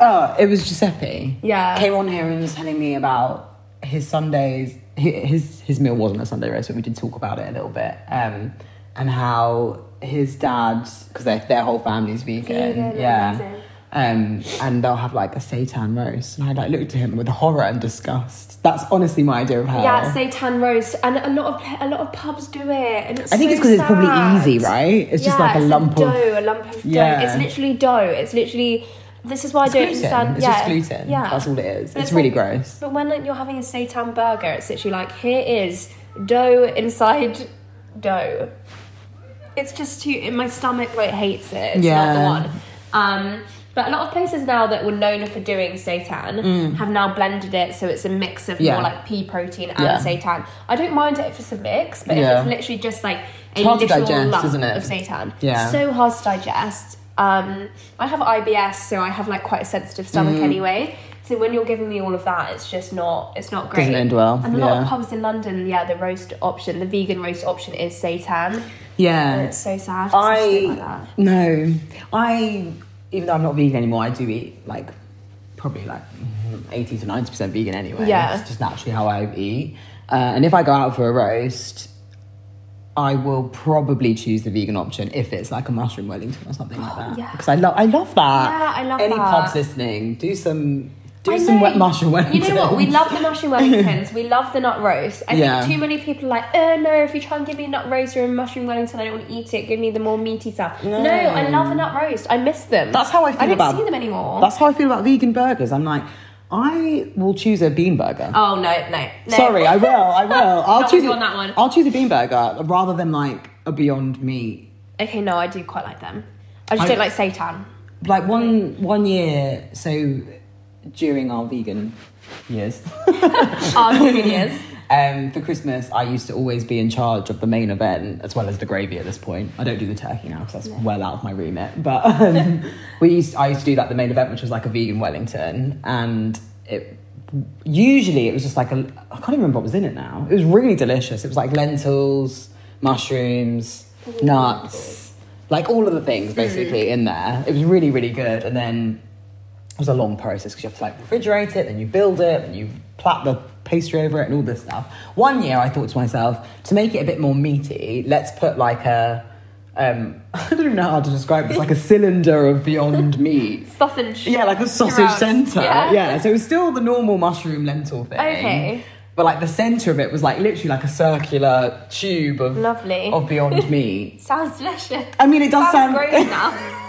A: Oh, it was Giuseppe.
B: Yeah.
A: Came on here and was telling me about his Sundays. hi- His his meal wasn't a Sunday roast, but we did talk about it a little bit. Um, and how his dad, because their their whole family's vegan,
B: Vegan,
A: yeah.
B: amazing.
A: Um, and they'll have like a seitan roast, and I like looked at him with horror and disgust. That's honestly my idea of hell.
B: Yeah, seitan roast, and a lot of a lot of pubs do it. And it's
A: I think
B: so
A: it's because it's probably
B: sad.
A: easy, right? It's just
B: Yeah,
A: like a
B: it's
A: lump
B: dough,
A: of.
B: a lump of
A: Yeah.
B: dough. It's literally dough. It's literally. This is why I don't
A: gluten.
B: understand.
A: It's
B: yeah,
A: just gluten.
B: Yeah,
A: That's all it is.
B: But
A: It's really
B: like-
A: gross.
B: But when like, you're having a seitan burger, it's literally like here is dough inside dough. It's just too. In my stomach, like hates it. It's
A: Yeah.
B: not the one. Um, but a lot of places now that were known for doing seitan have now blended it, so it's a mix of
A: Mm. Yeah.
B: more like pea protein and
A: Yeah.
B: seitan. I don't mind it if it's a mix, but
A: Yeah.
B: if it's literally just like a
A: hard to
B: little
A: digest,
B: lump
A: isn't it?
B: of seitan,
A: Yeah.
B: so hard to digest. Um, I have IBS, so I have like quite a sensitive stomach
A: Mm-hmm.
B: anyway. So when you're giving me all of that, it's just not it's not great.
A: Doesn't end well,
B: And a lot
A: yeah.
B: of pubs in London, yeah, the roast option, the vegan roast option is seitan.
A: Yeah.
B: And it's so sad. It's just like
A: I
B: that.
A: no, I even though I'm not vegan anymore, I do eat like probably like eighty to ninety percent vegan anyway.
B: Yeah.
A: it's just naturally how I eat. Uh, and if I go out for a roast, I will probably choose the vegan option if it's like a mushroom Wellington or something like that.
B: yeah.
A: because I love I love that.
B: Yeah, I love
A: Any
B: that.
A: pubs listening, do some do
B: I
A: some
B: know.
A: wet mushroom Wellington.
B: You know what? We love the mushroom Wellingtons. we love the nut roast. I
A: Yeah.
B: think too many people are like, oh no, if you try and give me a nut roast or a mushroom Wellington, I don't want to eat it. Give me the more meaty stuff. No, I love a nut roast. I miss them.
A: That's how I feel
B: I don't
A: about-
B: see them anymore.
A: That's how I feel about vegan burgers. I'm like, I will choose a bean burger.
B: oh no, no, no.
A: Sorry, I will. I will. I'll
B: Not
A: choose
B: with you
A: a-
B: on that one.
A: I'll choose a bean burger rather than like a Beyond Meat
B: Okay, no, I do quite like them. I just
A: I-
B: don't like seitan.
A: like one one year so during our vegan years
B: Our vegan years.
A: um, for christmas i used to always be in charge of the main event as well as the gravy at this point i don't do the turkey now because that's well out of my remit but um, we used i used to do like the main event which was like a vegan wellington and it usually it was just like a i can't even remember what was in it now it was really delicious it was like lentils mushrooms nuts like all of the things basically in there it was really really good and then it was a long process because you have to like refrigerate it, then you build it, and you plait the pastry over it, and all this stuff. One year, I thought to myself, to make it a bit more meaty, let's put like a um, I don't even know how to describe this, like a cylinder of Beyond Meat.
B: Sausage.
A: Yeah, like a sausage
B: Around.
A: centre.
B: Yeah.
A: Yeah. so it was still the normal mushroom lentil thing.
B: Okay.
A: But like the centre of it was like literally like a circular tube of
B: Lovely.
A: of Beyond Meat.
B: Sounds delicious.
A: I mean, it does
B: Sounds
A: sound
B: great now.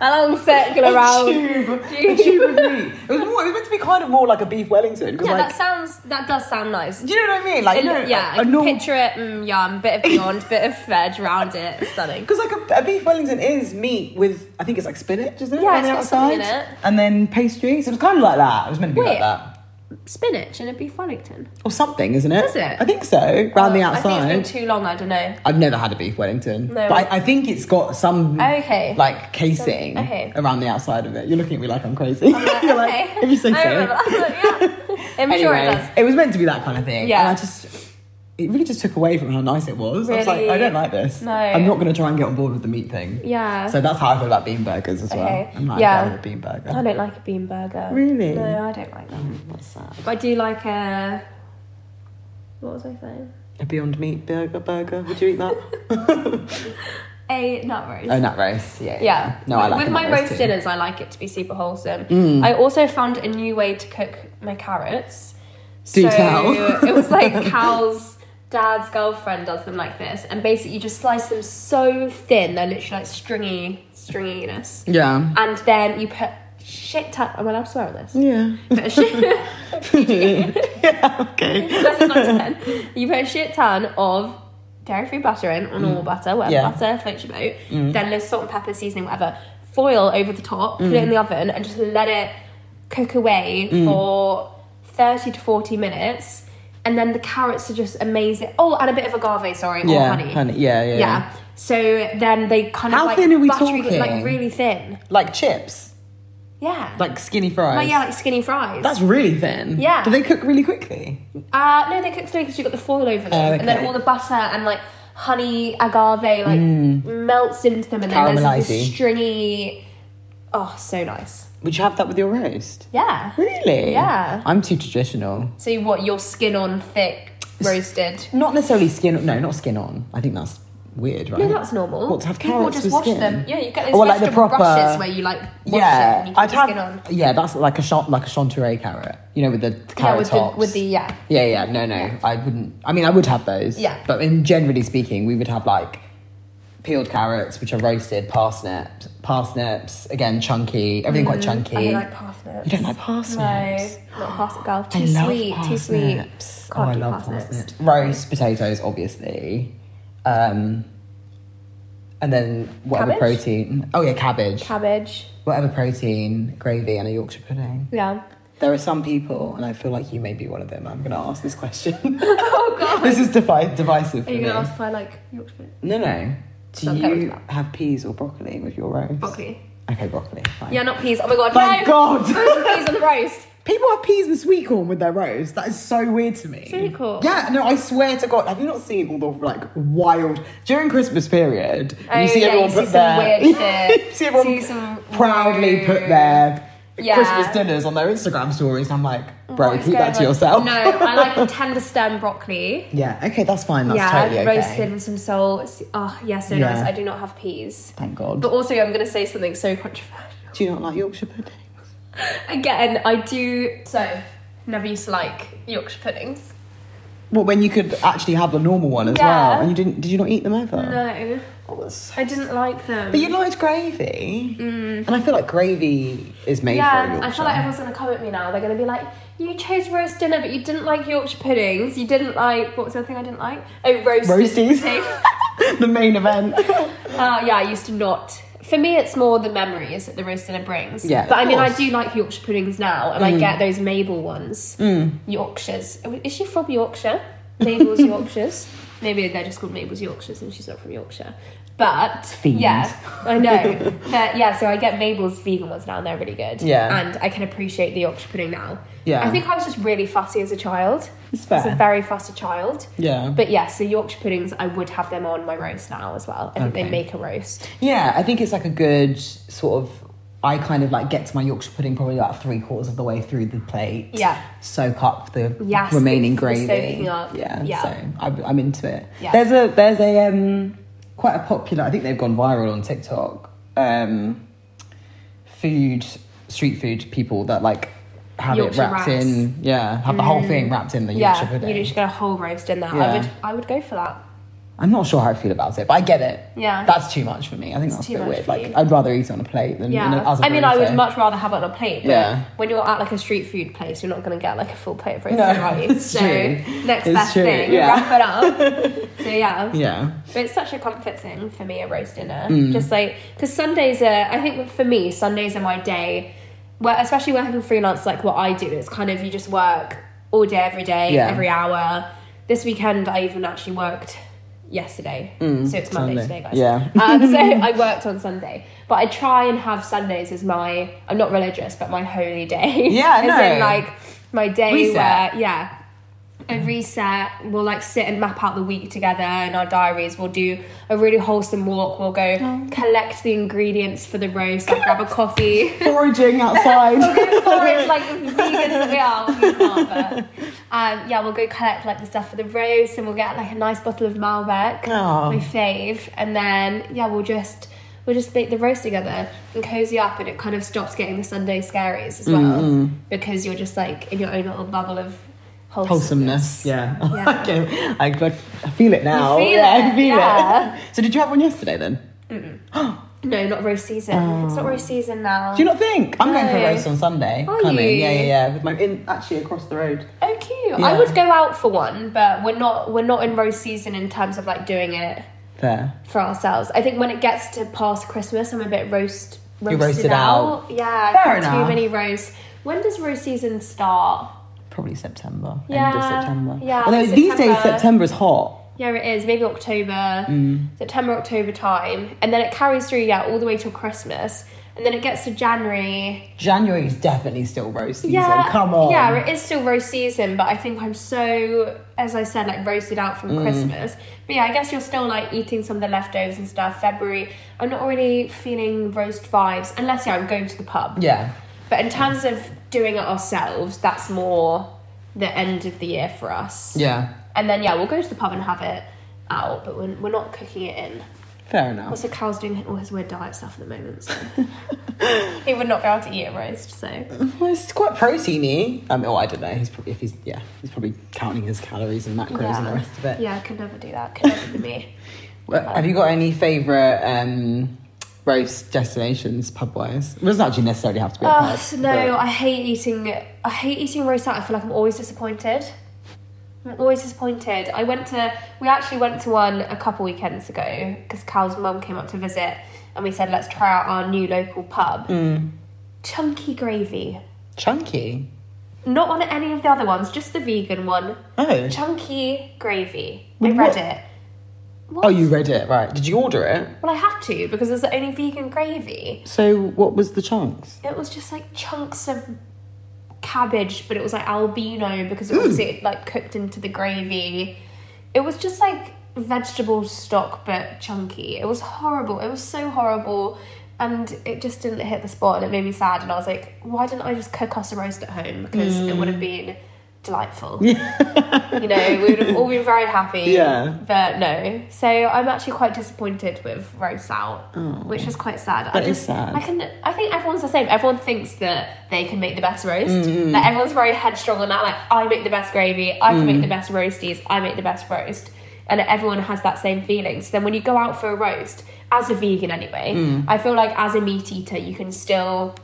B: A long circle
A: A
B: around.
A: tube, Oh, a tube of meat. It was, more, it was meant to be kind of more like a beef Wellington because
B: Yeah,
A: like
B: that sounds. That does sound nice.
A: Do you know what I mean? Like,
B: It
A: you know,
B: look, yeah,
A: a
B: I can
A: normal
B: picture it. Mm, yum. Bit of beyond. bit of veg around it. Stunning.
A: because like a, a beef Wellington is meat with I think it's like spinach, isn't it?
B: Yeah,
A: on
B: it's
A: the
B: got something
A: outside,
B: in it.
A: and then pastry. So it was kind of like that. It was meant to be like
B: Wait.
A: that,
B: Spinach and a beef Wellington.
A: or something, isn't it?
B: Is it?
A: I think so. Round the
B: Oh, I
A: outside.
B: think it's been too long. I don't know.
A: I've never had a beef Wellington,
B: No.
A: but I, I think it's got some
B: Okay.
A: like casing
B: Some- okay.
A: around the outside of it. You're looking at me like I'm crazy. You're like,
B: Okay.
A: if you say
B: I
A: so.
B: remember that. yeah. I'm sure it does.
A: Anyway, it was meant to be that kind of thing.
B: Yeah.
A: And I just, it really just took away from how nice it was. I was like,
B: Really?
A: I don't like this.
B: No.
A: I'm not going to try and get on board with the meat thing.
B: Yeah.
A: So that's how I feel about bean burgers as well.
B: Okay.
A: I'm not
B: Yeah.
A: a fan of a bean burger.
B: I don't like a bean burger.
A: Really?
B: No, I don't like that.
A: What's sad.
B: But I do like a. What was I saying?
A: A Beyond Meat burger burger. Would you eat that?
B: A nut roast.
A: oh, nut roast. Yeah.
B: yeah.
A: No, I like
B: With
A: a
B: my
A: nut roast
B: roast
A: too. Mm.
B: dinners, I like it to be super wholesome. I also found a new way to cook my carrots.
A: Do
B: so
A: tell.
B: it was like Cal's dad's girlfriend does them like this, and basically you just slice them so thin they're literally like stringy, stringiness,
A: Yeah.
B: and then you put shit ton. Am I allowed to swear on this?
A: Yeah.
B: Put a shit-
A: okay.
B: That's not ten. You put a shit ton of dairy-free butter in, or normal butter, whatever
A: Mm. Yeah. Mm.
B: butter floats your boat. Then there's salt and pepper seasoning, whatever. Foil over the top, put it
A: Mm.
B: in the oven, and just let it cook away for thirty to forty minutes. And then the carrots are just amazing. Oh, and a bit of agave, sorry,
A: Yeah.
B: or honey.
A: Yeah, yeah.
B: Yeah. So then they kind of
A: How
B: like
A: thin are we
B: buttery-
A: talking?
B: Like really thin.
A: Like chips.
B: Yeah.
A: Like skinny fries.
B: Like, yeah, like skinny fries.
A: That's really thin.
B: Yeah.
A: Do they cook really quickly?
B: Uh, no, they cook slow because you've got the foil over them,
A: Oh,
B: and then
A: okay.
B: all the butter and like honey agave like
A: Mm.
B: melts into them, and then there's this
A: Caramelisey.
B: stringy. Oh, so nice.
A: Would you have that with your roast?
B: Yeah.
A: Really?
B: Yeah.
A: I'm too traditional.
B: So you what your skin on thick roasted?
A: Not necessarily skin. No, not skin on. I think that's weird, right?
B: No, that's normal.
A: What to have
B: People
A: carrots
B: just
A: with
B: wash
A: skin?
B: them. Yeah, you get those
A: Or, like, the
B: vegetable
A: proper-
B: brushes where you like wash it and you
A: Yeah,
B: keep
A: I'd
B: the
A: have.
B: skin on.
A: Yeah, that's like a shot, like a chanterelle carrot. You know, with the
B: Yeah,
A: carrot
B: with the,
A: tops.
B: with the yeah.
A: Yeah, yeah. No, no. I wouldn't. I mean, I would have those.
B: Yeah.
A: But in generally speaking, we would have like peeled carrots, which are roasted, parsnips, parsnips again chunky, everything quite chunky.
B: Mm-hmm. I don't like parsnips.
A: You don't like parsnips?
B: No, not a parsnip girl. Too
A: I love
B: sweet. Too
A: parsnips.
B: sweet.
A: Oh,
B: Can't
A: I
B: do
A: love
B: parsnips.
A: parsnips. Roast potatoes, obviously. Um, and then whatever
B: Cabbage?
A: protein. Oh yeah, cabbage.
B: Cabbage.
A: whatever protein, gravy, and a Yorkshire pudding.
B: Yeah.
A: There are some people, and I feel like you may be one of them. I'm going to ask this question.
B: oh god.
A: this is devi- divisive for
B: Are you
A: me.
B: gonna ask if I like Yorkshire pudding?
A: No, no. Do
B: Some people
A: you
B: do that.
A: have peas or broccoli with your roast?
B: Broccoli.
A: Okay, broccoli. Fine.
B: Yeah, not peas. Oh my god.
A: Thank
B: no.
A: God.
B: peas on the roast.
A: People have peas and sweet corn with their roast. That is so weird to me.
B: Sweet corn?
A: Yeah, no, I swear to God, have you not seen all the like wild during Christmas period?
B: Oh,
A: you see
B: yeah,
A: everyone
B: you
A: put
B: see some
A: their
B: weird shit.
A: you see everyone
B: See some
A: proudly
B: weird-
A: put their
B: Yeah.
A: Christmas dinners on their Instagram stories. and I'm like, bro,
B: What is
A: keep that to
B: going on?
A: yourself.
B: No, I like the tender stem broccoli.
A: Yeah, okay, that's fine. That's
B: yeah,
A: totally okay.
B: roasted with some salt. It's- Oh, yeah, so
A: Yeah.
B: nice. I do not have peas.
A: Thank God.
B: But also, I'm going to say something so controversial.
A: Do you not like Yorkshire pudding?
B: Again, I do. So, never used to like Yorkshire puddings.
A: Well, when you could actually have a normal one as
B: Yeah.
A: well, and you didn't? Did you not eat them ever?
B: No,
A: Oh, that's so
B: I didn't like them.
A: But you liked gravy, and I feel like gravy is made for
B: Mm. Yeah,
A: Yorkshire.
B: I feel like everyone's gonna come at me now. They're gonna be like, "You chose roast dinner, but you didn't like Yorkshire puddings. You didn't like what was the other thing I didn't like? Oh, roasted
A: Roasties.
B: potato-
A: the main event.
B: Uh, yeah, I used to not. For me, it's more the memories that the roast dinner brings.
A: Yeah,
B: but I
A: of
B: mean, I
A: course. Mm.
B: do like Yorkshire puddings now, and I get those Mabel ones. Mm. Yorkshires. Is she from Yorkshire? Mabel's Yorkshires. Maybe they're just called Mabel's Yorkshires, and she's not from Yorkshire. But
A: Fiend.
B: yeah, I know. but yeah, so I get Mabel's vegan ones now, and they're really good.
A: Yeah.
B: and I can appreciate the Yorkshire pudding now.
A: Yeah.
B: I think I was just really fussy as a child.
A: It's
B: I was a
A: fair.
B: very fussy child.
A: Yeah.
B: But yes, the Yorkshire puddings, I would have them on my roast now as well. I think they
A: Okay.
B: make a roast.
A: Yeah, I think it's like a good sort of. I kind of like get to my Yorkshire pudding probably about three quarters of the way through the plate.
B: Yeah.
A: Soak up the
B: Yes,
A: remaining
B: the- the
A: gravy.
B: soaking up.
A: Yeah,
B: Yeah.
A: So I, I'm into it.
B: Yeah.
A: There's a there's a um quite a popular. I think they've gone viral on TikTok. Um, food street food people that like have
B: Yorkshire
A: it wrapped
B: wraps. Mm.
A: in. Yeah, have the whole thing wrapped in the Yorkshire
B: Yeah,
A: pudding.
B: you just get a whole roast in that. I
A: Yeah.
B: would, I would go for that.
A: I'm not sure how I feel about it, but I get it.
B: Yeah.
A: That's too much for me. I think that's
B: too
A: a bit
B: much
A: weird.
B: for
A: Like,
B: you.
A: I'd rather eat it on a plate than in a,
B: Yeah,
A: as a
B: I mean, I would
A: burrito.
B: much rather have it on a plate. But
A: Yeah.
B: When you're at like a street food place, you're not going to get like a full plate of roast,
A: No,
B: are you?
A: it's
B: So
A: true.
B: next
A: It's
B: best
A: true,
B: thing,
A: yeah.
B: wrap it up. so yeah.
A: Yeah.
B: But it's such a comfort thing for me, a roast dinner.
A: Mm.
B: Just like, because Sundays are, I think for me, Sundays are my day, where, especially working freelance, like what I do, it's kind of you just work all day, every day,
A: Yeah.
B: every hour. This weekend, I even actually worked yesterday. so it's Monday
A: Mm. Sunday.
B: today, guys.
A: Yeah.
B: um, so I worked on Sunday. But I try and have Sundays as my, I'm not religious, but my holy day.
A: Yeah, I
B: As in,
A: know.
B: like, my day
A: Reset.
B: where, yeah a reset. We'll like sit and map out the week together in our diaries. We'll do a really wholesome walk. We'll go
A: Oh.
B: collect the ingredients for the roast. Like grab a coffee.
A: Foraging outside.
B: Forage like vegans that we are. We can't, but, um, yeah, we'll go collect like the stuff for the roast, and we'll get like a nice bottle of Malbec,
A: Aw.
B: my fave, and then yeah, we'll just. We'll just make the roast together and cozy up, and it kind of stops getting the Sunday scaries as well
A: Mm-hmm.
B: because you're just like in your own little bubble of
A: Wholesomeness. Yeah.
B: Yeah.
A: okay. I, but I feel it now.
B: feel
A: yeah,
B: it,
A: I feel
B: yeah.
A: it. So, did you have one yesterday then?
B: No, not roast season. It's not roast season now.
A: Oh. Do you not think? I'm going for
B: No.
A: a roast on Sunday.
B: Are
A: coming.
B: you?
A: Yeah, yeah, yeah. With my, in, actually, across the road.
B: oh, cute.
A: Yeah.
B: I would go out for one, but we're not. We're not in roast season in terms of like doing it
A: There.
B: for ourselves. I think when it gets to past Christmas, I'm a bit roast roasted,
A: roasted
B: out. Yeah, I've
A: Fair
B: had
A: enough.
B: too many roasts. When does roast season start?
A: Probably September. End of
B: Yeah,
A: September.
B: yeah,
A: Although these days,
B: September.
A: September's hot.
B: Yeah, it is maybe October,
A: Mm.
B: September, October time, and then it carries through yeah all the way till Christmas, and then it gets to January.
A: January is definitely still roast season.
B: Yeah,
A: Come on.
B: Yeah, it is still roast season, but I think I'm so, as I said, like roasted out
A: Mm.
B: from Christmas. But yeah, I guess you're still like eating some of the leftovers and stuff. February, I'm not really feeling roast vibes unless yeah, I'm going to the pub.
A: yeah.
B: But in terms of doing it ourselves, that's more the end of the year for us.
A: Yeah.
B: And then yeah, we'll go to the pub and have it out, but we're, we're not cooking it in.
A: Fair enough.
B: Also, Cal's doing all his weird diet stuff at the moment, so he would not be able to eat a roast. So.
A: Well, it's quite proteiny. Um, oh, I don't know. He's probably if he's yeah, he's probably counting his calories and macros and the rest of it.
B: Yeah, I could never do that. Could never be me.
A: Well, have you got any favourite um, roast destinations pub wise? It doesn't actually necessarily have to be. a
B: Oh
A: pub,
B: no,
A: but-
B: I hate eating. I hate eating roast out. I feel like I'm always disappointed. I'm always disappointed. I went to. We actually went to one a couple weekends ago because Cal's mum came up to visit, and we said let's try out our new local pub. Chunky gravy.
A: chunky.
B: Not on any of the other ones, just the vegan one.
A: Oh.
B: Chunky gravy.
A: With
B: I read
A: what?
B: it. What?
A: Oh, you read it right? Did you order it?
B: Well, I had to because it's the only vegan gravy.
A: So what was the chunks?
B: it was just like chunks of cabbage, but it was like albino because it was
A: Mm.
B: it like cooked into the gravy. It was just like vegetable stock but chunky. It was horrible. It was so horrible. And it just didn't hit the spot and it made me sad. And I was like, why didn't I just cook us a roast at home? Because it would
A: Mm.
B: have been delightful. you know, we would have all been very happy.
A: Yeah.
B: But no. So I'm actually quite disappointed with roast out, which is quite sad. I
A: Oh. That is
B: just-
A: sad.
B: I can. I think everyone's the same. Everyone thinks that they can make the best roast.
A: Mm,
B: Like everyone's very headstrong on that. Like I make the best gravy. I can
A: Mm.
B: make the best roasties. I make the best roast. And everyone has that same feeling. So then when you go out
A: Mm.
B: for a roast, as a vegan anyway, I feel like as a meat eater, you can still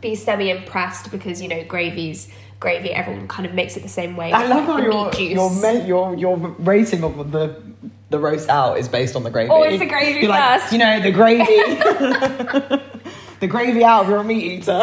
B: be semi impressed because you know gravies gravy. Everyone kind of makes it the same way.
A: I
B: with,
A: love how
B: like, the
A: your
B: meat juice.
A: your, ma- your your rating of the the roast out is based on the gravy.
B: Always Oh, the gravy
A: You're like,
B: first.
A: you know the gravy. the gravy out of your meat eater.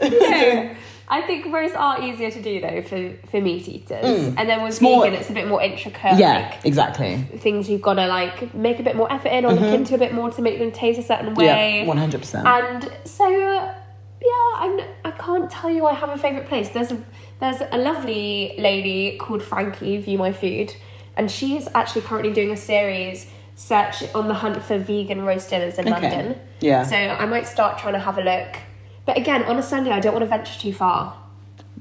B: No, I think roasts are easier to do though for, for meat eaters. And then with
A: more-
B: vegan, it's a bit more intricate.
A: Mm. yeah, exactly.
B: Like, things you've got to like make a bit more effort in or look into a bit more to make them taste a certain way.
A: Mm-hmm. Yeah, one hundred percent.
B: And so, uh, yeah, I'm, I can't tell you I have a favourite place. There's a, there's a lovely lady called Frankie, View My Food, and she is actually currently doing a series search on the hunt for vegan roast dinners in
A: Okay.
B: London.
A: Yeah.
B: So I might start trying to have a look. But again, on a Sunday, I don't want to venture too far.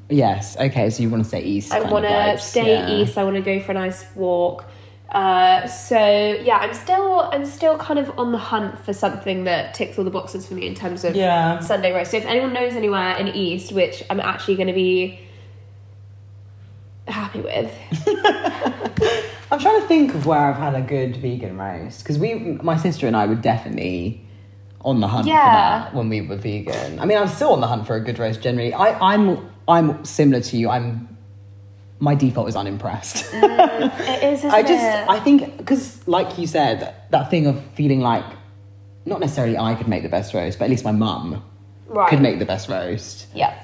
A: Yes. Okay. So you want to stay east?
B: I
A: kind of
B: want to
A: vibes,
B: stay
A: yeah.
B: east. I want to go for a nice walk. Uh, so yeah, I'm still I'm still kind of on the hunt for something that ticks all the boxes for me in terms of
A: Yeah.
B: Sunday roast. So if anyone knows anywhere in East, which I'm actually going to be happy with,
A: I'm trying to think of where I've had a good vegan roast because we, my sister and I, were definitely on the hunt
B: Yeah.
A: for that when we were vegan. I mean, I'm still on the hunt for a good roast generally. I, I'm, I'm similar to you. I'm, my default is unimpressed.
B: it is. Isn't
A: I just,
B: it?
A: I think because, like you said, that, that thing of feeling like not necessarily I could make the best roast, but at least my mum
B: right.
A: could make the best roast.
B: yeah.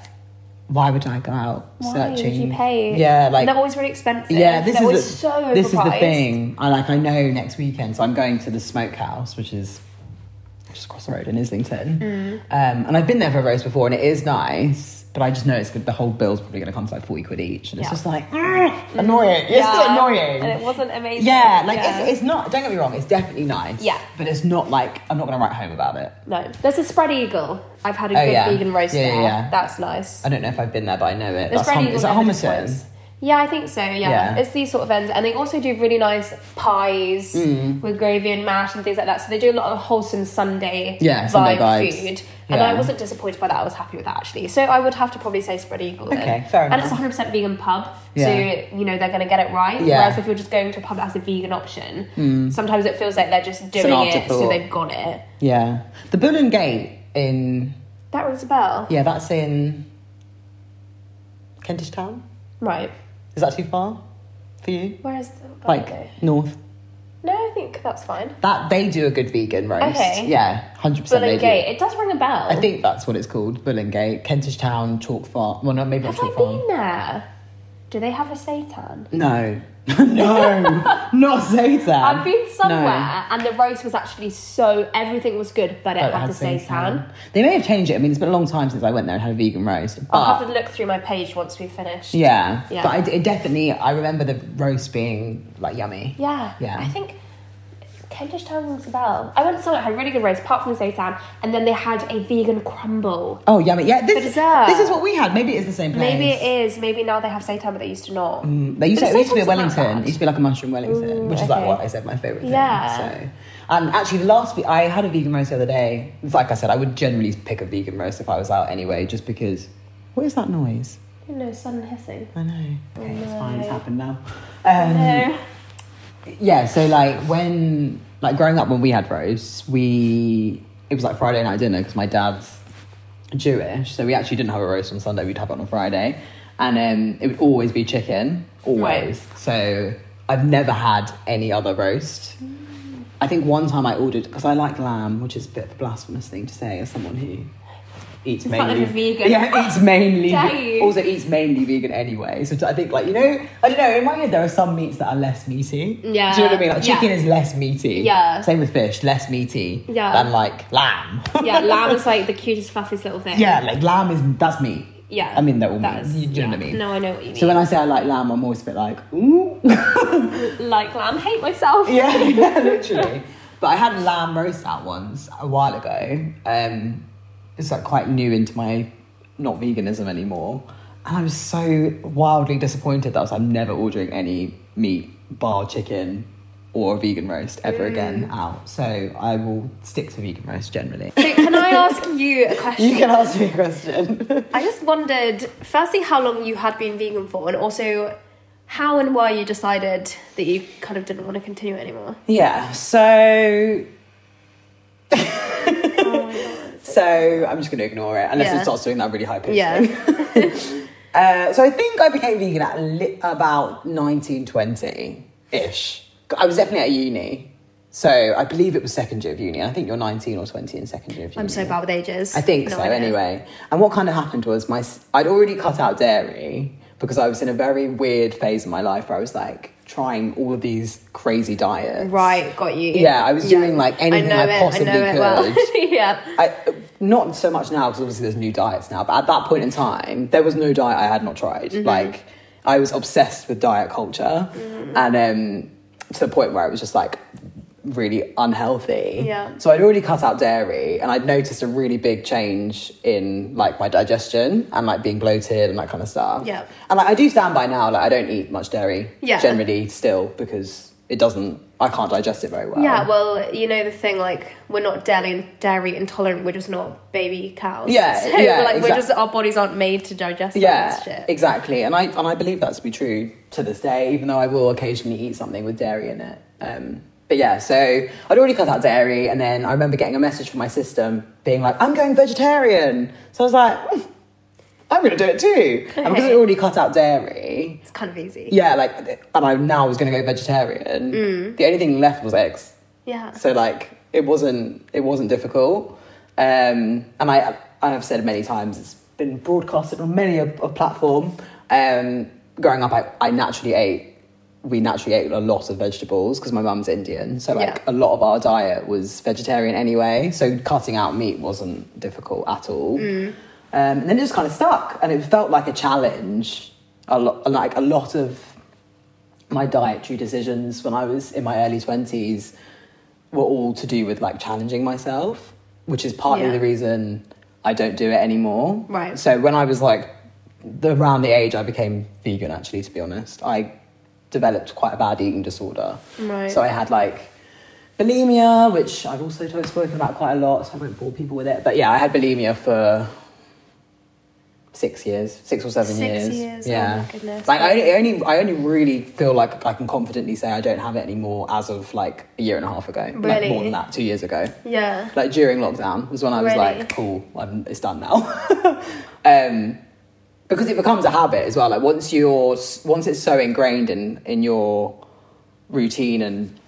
A: Why would I go out
B: Why
A: searching?
B: would you pay?
A: Yeah, like
B: they're always really expensive.
A: yeah, this
B: they're
A: is
B: always
A: the,
B: so
A: this is the
B: overpriced.
A: thing. I like. I know next weekend, so I'm going to the Smokehouse, which is just across the road in Islington.
B: Mm.
A: Um, and I've been there for a roast before, and it is nice. But I just know it's good. The whole bill's probably going to come to like forty quid each, and
B: Yeah.
A: it's just like "Mm, annoying. It's still
B: Yeah.
A: annoying.
B: And it wasn't amazing.
A: yeah, like
B: Yeah.
A: It's, it's not. Don't get me wrong. It's definitely nice.
B: Yeah.
A: but it's not like I'm not going to write home about it.
B: No, there's a spread eagle. I've had a
A: Oh,
B: good
A: yeah.
B: vegan roast
A: Yeah, yeah,
B: there.
A: yeah.
B: That's nice.
A: I don't know if I've been there, but I know it.
B: The
A: That's
B: spread
A: Hom-
B: eagle
A: is that
B: never
A: Homerton?
B: disappoints. Yeah, I think so. Yeah.
A: Yeah.
B: it's these sort of ends, and they also do really nice pies
A: Hmm.
B: with gravy and mash and things like that. So they do a lot of wholesome Sunday
A: Yeah,
B: vibe
A: Sunday vibes.
B: food. And
A: Yeah.
B: I wasn't disappointed by that. I was happy with that actually. So I would have to probably say spread eagle. Then.
A: Okay, fair
B: And
A: enough.
B: it's 100 percent vegan pub,
A: Yeah.
B: so you know they're going to get it
A: Yeah.
B: right.
A: Hmm.
B: Whereas if you're just going to a pub that has a vegan option, sometimes it feels like they're just
A: an
B: doing it, so
A: afterthought.
B: they've got it.
A: Yeah, the Bull and Gate in
B: That rings a bell,
A: Yeah, that's in Kentish Town.
B: right?
A: Is that too far for you?
B: Where is the
A: Like
B: okay.
A: north.
B: No, I think that's fine.
A: That they do a good vegan roast.
B: Okay.
A: Yeah, hundred percent.
B: Bullen Gate. It does ring a bell.
A: I think that's what it's called. Bullingate, Kentish Town, Chalk Farm. Well, no, maybe not Um,
B: Have I
A: Chalk Farm.
B: been there? Do they have a seitan?
A: No, no, not Satan.
B: I've been somewhere,
A: No.
B: and the roast was actually so everything was good, but it
A: But it
B: had,
A: had
B: the seitan.
A: seitan. They may have changed it. I mean, it's been a long time since I went there and had a vegan roast. But
B: I'll have to look through my page once we finish.
A: yeah.
B: Yeah.
A: but I, it definitely. I remember the roast being like yummy.
B: yeah,
A: Yeah.
B: I think Kentish Town rings a bell. I went to somewhere that had really good roast, apart from the seitan, and then they had a vegan crumble.
A: Oh, yummy! Yeah,
B: For
A: this is
B: dessert.
A: this is what we had. Maybe it's the same place.
B: uh,
A: Mm,
B: Maybe it is. Maybe now they have seitan, but they used to not.
A: They used
B: But
A: to,
B: it's
A: it used to be a
B: sometimes not
A: Wellington.
B: bad.
A: It used to be like a mushroom Wellington, which is
B: okay.
A: like what I said my favourite thing.
B: Yeah.
A: So. And actually, the last week I had a vegan roast the other day. It's Like I said, I would generally pick a vegan roast if I was out anyway, just because. What is that noise?
B: You know, sun hissing.
A: I know. Okay, it's fine. It's
B: no.
A: happened now. Um,
B: No.
A: yeah so like when like growing up when we had roasts we it was like friday night dinner because my dad's jewish so we actually didn't have a roast on sunday we'd have it on a friday and um, it would always be chicken always so i've never had any other roast i think one time i ordered because i like lamb which is a bit of a blasphemous thing to say as someone who eats
B: It's not
A: mainly
B: like a vegan.
A: yeah eats mainly
B: Dare you.
A: also eats mainly vegan anyway so i think like you know i don't know in my head there are some meats that are less meaty
B: Yeah.
A: do you know what I mean? Like
B: Yeah.
A: chicken is less meaty.
B: Yeah.
A: Same with fish, less meaty
B: Yeah.
A: than like lamb.
B: yeah, lamb is like the cutest, fluffiest little thing.
A: yeah, like lamb is that's meat.
B: Yeah.
A: I mean they're all
B: that
A: meat.
B: is-
A: You do you know what I
B: yeah.
A: mean?
B: No, I know what you mean.
A: So when I say I like lamb, I'm always a bit like, ooh.
B: like lamb, hate myself.
A: yeah, yeah, literally. But I had lamb roast out once a while ago. Um, it's like quite new into my not veganism anymore, and I was so wildly disappointed that I was like never ordering any meat, bar chicken, or a vegan roast
B: Mm.
A: ever again out. So I will stick to vegan roast generally.
B: So can I ask you a question?
A: You can ask me a question.
B: I just wondered, firstly, how long you had been vegan for, and also how and why you decided that you kind of didn't want to continue anymore.
A: yeah. So
B: Oh my god.
A: So I'm just going to ignore it unless
B: Yeah.
A: it starts doing that really high pitch.
B: Yeah.
A: Uh, so I think I became vegan at li- about 1920 ish. I was definitely at uni. So I believe it was second year of uni. I think you're 19 or 20 in second year of uni.
B: I'm so bad with ages.
A: I think
B: No
A: so,
B: idea.
A: anyway. And what kind of happened was my s- I'd already cut out dairy because I was in a very weird phase of my life where I was like trying all of these crazy diets.
B: Right, got you.
A: Yeah, I was doing, like, anything I
B: know it,
A: possibly
B: I know it Well. yeah.
A: I, not so much now because obviously there's new diets now, but at that point in time, there was no diet I had not tried.
B: Mm-hmm.
A: Like, I was obsessed with diet culture,
B: Mm-hmm.
A: and um, to the point where it was just like really unhealthy.
B: Yeah.
A: So I'd already cut out dairy, and I'd noticed a really big change in like my digestion and like being bloated and that kind of stuff.
B: Yeah.
A: And like I do stand by now, like I don't eat much dairy.
B: Yeah.
A: Generally, still because it doesn't. I can't digest it very well.
B: Yeah, well, you know the thing, like, we're not dairy, dairy intolerant, we're just not baby cows.
A: Yeah,
B: So,
A: yeah,
B: like, we're
A: exact-
B: just, our bodies aren't made to digest
A: yeah,
B: that shit.
A: exactly. And I and I believe that to be true to this day, even though I will occasionally eat something with dairy in it. Um, but yeah, so I'd already cut out dairy, and then I remember getting a message from my system being like, "I'm going vegetarian." So I was like, "Hmm, "I'm going to do it too," and because I
B: Okay.
A: already cut out dairy.
B: It's kind of easy.
A: Yeah, like, and I now was going to go vegetarian. The only thing left was eggs.
B: Yeah.
A: So like it wasn't it wasn't difficult. Um, and I I have said many times it's been broadcasted on many a, a platform. Um, growing up, I, I naturally ate we naturally ate a lot of vegetables because my mum's Indian, so like
B: Yeah.
A: a lot of our diet was vegetarian anyway. So cutting out meat wasn't difficult at all.
B: Mm.
A: Um, and then it just kind of stuck, and it felt like a challenge. A lot like a lot of my dietary decisions when I was in my early 20s were all to do with like challenging myself, which is partly
B: Yeah.
A: the reason I don't do it anymore.
B: Right.
A: So when I was like the, around the age I became vegan, actually, to be honest, I developed quite a bad eating disorder.
B: Right.
A: So I had like bulimia, which I've also talked- spoken about quite a lot, so I won't bore people with it. But yeah, I had bulimia for six years, six or seven
B: Six
A: years.
B: years, oh
A: Yeah.
B: my goodness.
A: Like I only, I only, I only really feel like I can confidently say I don't have it anymore as of like a year and a half ago. Like
B: Really?
A: more than that, two years ago.
B: Yeah.
A: Like during lockdown was when I was
B: Really?
A: like, cool, I'm, it's done now. um, because it becomes a habit as well. Like once you're, once it's so ingrained in in your routine and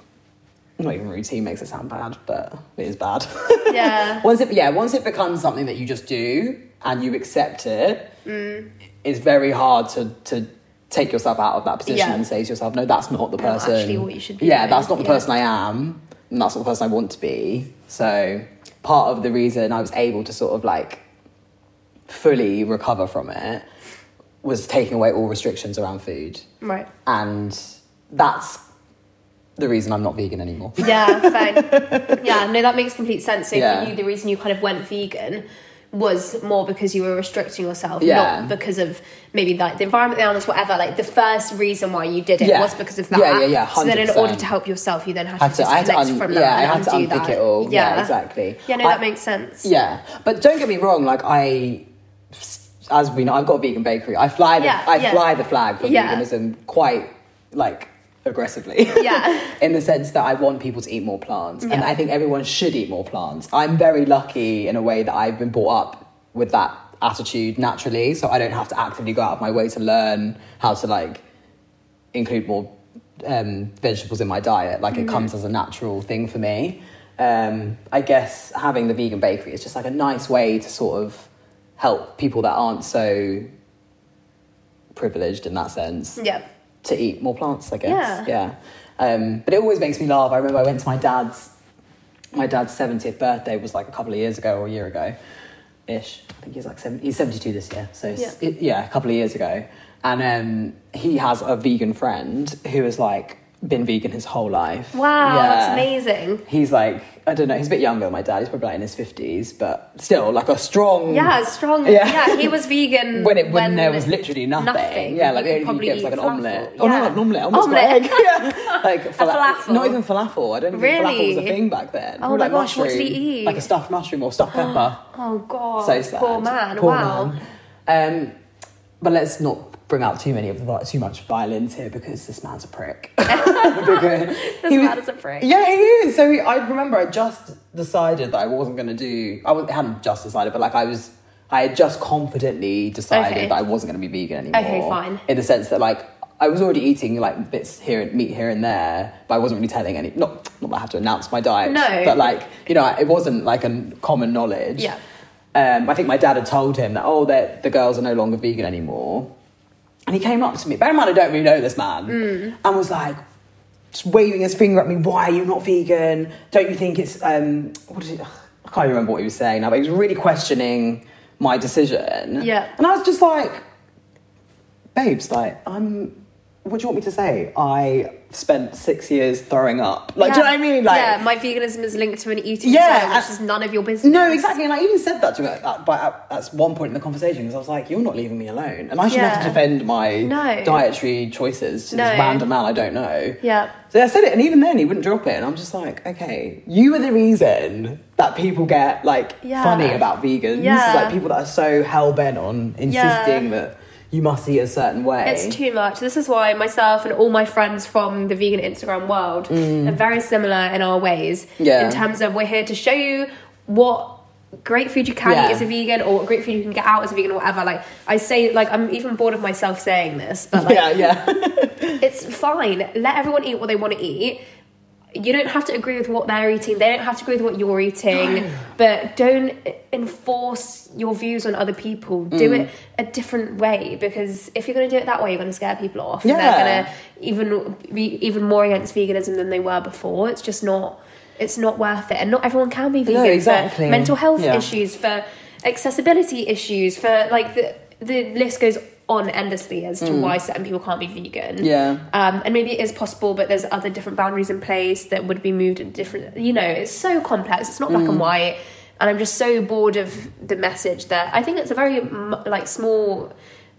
A: not even routine makes it sound bad, but it is bad.
B: Yeah.
A: once it yeah once it becomes something that you just do and you accept it
B: Mm.
A: it's very hard to to take yourself out of that position
B: Yeah.
A: and say to yourself no that's not the
B: Not
A: person
B: actually what you should be
A: yeah
B: doing,
A: that's not the
B: yeah.
A: person i am and that's not the person i want to be so part of the reason i was able to sort of like fully recover from it was taking away all restrictions around food
B: Right.
A: and that's the reason i'm not vegan anymore
B: Yeah, fine. yeah, no, that makes complete sense. So
A: Yeah.
B: for you, the reason you kind of went vegan was more because you were restricting yourself,
A: Yeah.
B: not because of maybe like the environment, the animals, whatever. Like the first reason why you did it
A: Yeah.
B: was because of that.
A: Yeah, yeah, yeah,
B: So then, in
A: 100%.
B: order to help yourself, you then had,
A: had
B: to
A: to, I had
B: disconnect
A: to, un-
B: from that.
A: yeah, I
B: and
A: had to
B: undo
A: unpick
B: that.
A: it all. Yeah, exactly.
B: Yeah, no,
A: I-
B: that makes sense.
A: Yeah, but don't get me wrong. Like I, as we know, I've got a vegan bakery. I fly the
B: Yeah,
A: I
B: yeah.
A: fly the flag for
B: Yeah.
A: veganism quite like aggressively.
B: Yeah.
A: in the sense that I want people to eat more plants, and
B: Yeah.
A: I think everyone should eat more plants. I'm very lucky in a way that I've been brought up with that attitude naturally, so I don't have to actively go out of my way to learn how to like include more um, vegetables in my diet. Like it comes as a natural thing for me. Um, I guess having the vegan bakery is just like a nice way to sort of help people that aren't so privileged in that sense
B: Yeah.
A: to eat more plants, I
B: Yeah.
A: guess. Yeah. Um, but it always makes me laugh. I remember I went to my dad's, my dad's 70th birthday was like a couple of years ago or a year ago ish. I think he's like 70, he's 72 this year. So yeah.
B: Yeah.
A: It, yeah, a couple of years ago. And um, he has a vegan friend who has like been vegan his whole life.
B: Wow, that's
A: Yeah.
B: amazing.
A: He's like, I don't know, he's a bit younger than my dad. He's probably like in his 50s, but still like a strong.
B: Yeah, strong.
A: Mm. Yeah.
B: Yeah. he was vegan
A: When it when, there was literally nothing, yeah, like
B: You
A: the only thing
B: could
A: you get was like an
B: eat
A: omelette.
B: falafel.
A: Oh no,
B: Yeah.
A: not an omelette, almost got
B: Omelette.
A: egg. yeah, like
B: falafel.
A: Not even falafel. I don't think falafel was a
B: Really?
A: thing back then.
B: Oh
A: Or,
B: my
A: like
B: gosh, what did
A: mushroom,
B: he eat?
A: Like a stuffed mushroom or stuffed pepper.
B: Oh god,
A: so sad.
B: poor man.
A: Poor
B: wow.
A: man. Um, but let's not bring out too many of the too much violence here because this man's a prick. because
B: This
A: he was-
B: man is a prick.
A: Yeah, he is. So he, I remember I just decided that I wasn't going to do. I was, hadn't just decided, but like I was, I had just confidently decided
B: Okay.
A: that I wasn't going to be vegan anymore.
B: Okay, fine.
A: In the sense that like I was already eating like bits here and meat here and there, but I wasn't really telling any. Not not that I have to announce my diet.
B: No.
A: But like you know, it wasn't like a common knowledge.
B: Yeah.
A: Um, I think my dad had told him that oh, that the girls are no longer vegan anymore. And he came up to me. Bear in mind, I don't really know this man,
B: Mm.
A: and was like, just waving his finger at me. Why are you not vegan? Don't you think it's um? What did he, ugh, I can't even remember what he was saying now, but he was really questioning my decision.
B: Yeah.
A: and I was just like, babes, like I'm. What do you want me to say? I spent six years throwing up. Like, do you know what I mean? Like,
B: yeah, my veganism is linked to an eating
A: Yeah,
B: disorder, which
A: I-
B: is none of your business.
A: no, exactly. And I even said that to her at, by, at, at one point in the conversation because I was like, you're not leaving me alone. And I should have
B: Yeah.
A: to defend my
B: No.
A: dietary choices to
B: No.
A: this random man I don't know.
B: Yeah.
A: So I said it, and even then he wouldn't drop it. And I'm just like, okay, you are the reason that people get like
B: Yeah.
A: funny about vegans.
B: Yeah.
A: Like people that are so hell bent on insisting that you must eat a certain way.
B: It's too much. This is why myself and all my friends from the vegan Instagram world are very similar in our ways.
A: Mm. Yeah.
B: In terms of we're here to show you what great food you can
A: Yeah.
B: eat as a vegan or what great food you can get out as a vegan or whatever. Like I say like I'm even bored of myself saying this, but like
A: yeah, yeah.
B: it's fine. Let everyone eat what they want to eat. You don't have to agree with what they're eating. They don't have to agree with what you're eating. But don't enforce your views on other people. Do
A: Mm.
B: it a different way because if you're going to do it that way, you're going to scare people off. And
A: Yeah.
B: they're going to even be even more against veganism than they were before. It's just not. It's not worth it. And not everyone can be vegan.
A: exactly.
B: For mental health
A: Yeah.
B: issues, for accessibility issues, for like the the list goes on endlessly as to why certain people can't be vegan.
A: Mm. Yeah.
B: Um, and maybe it is possible, but there's other different boundaries in place that would be moved at different. You know, it's so complex. It's not black
A: Mm.
B: and white, and I'm just so bored of the message that I think it's a very m- like small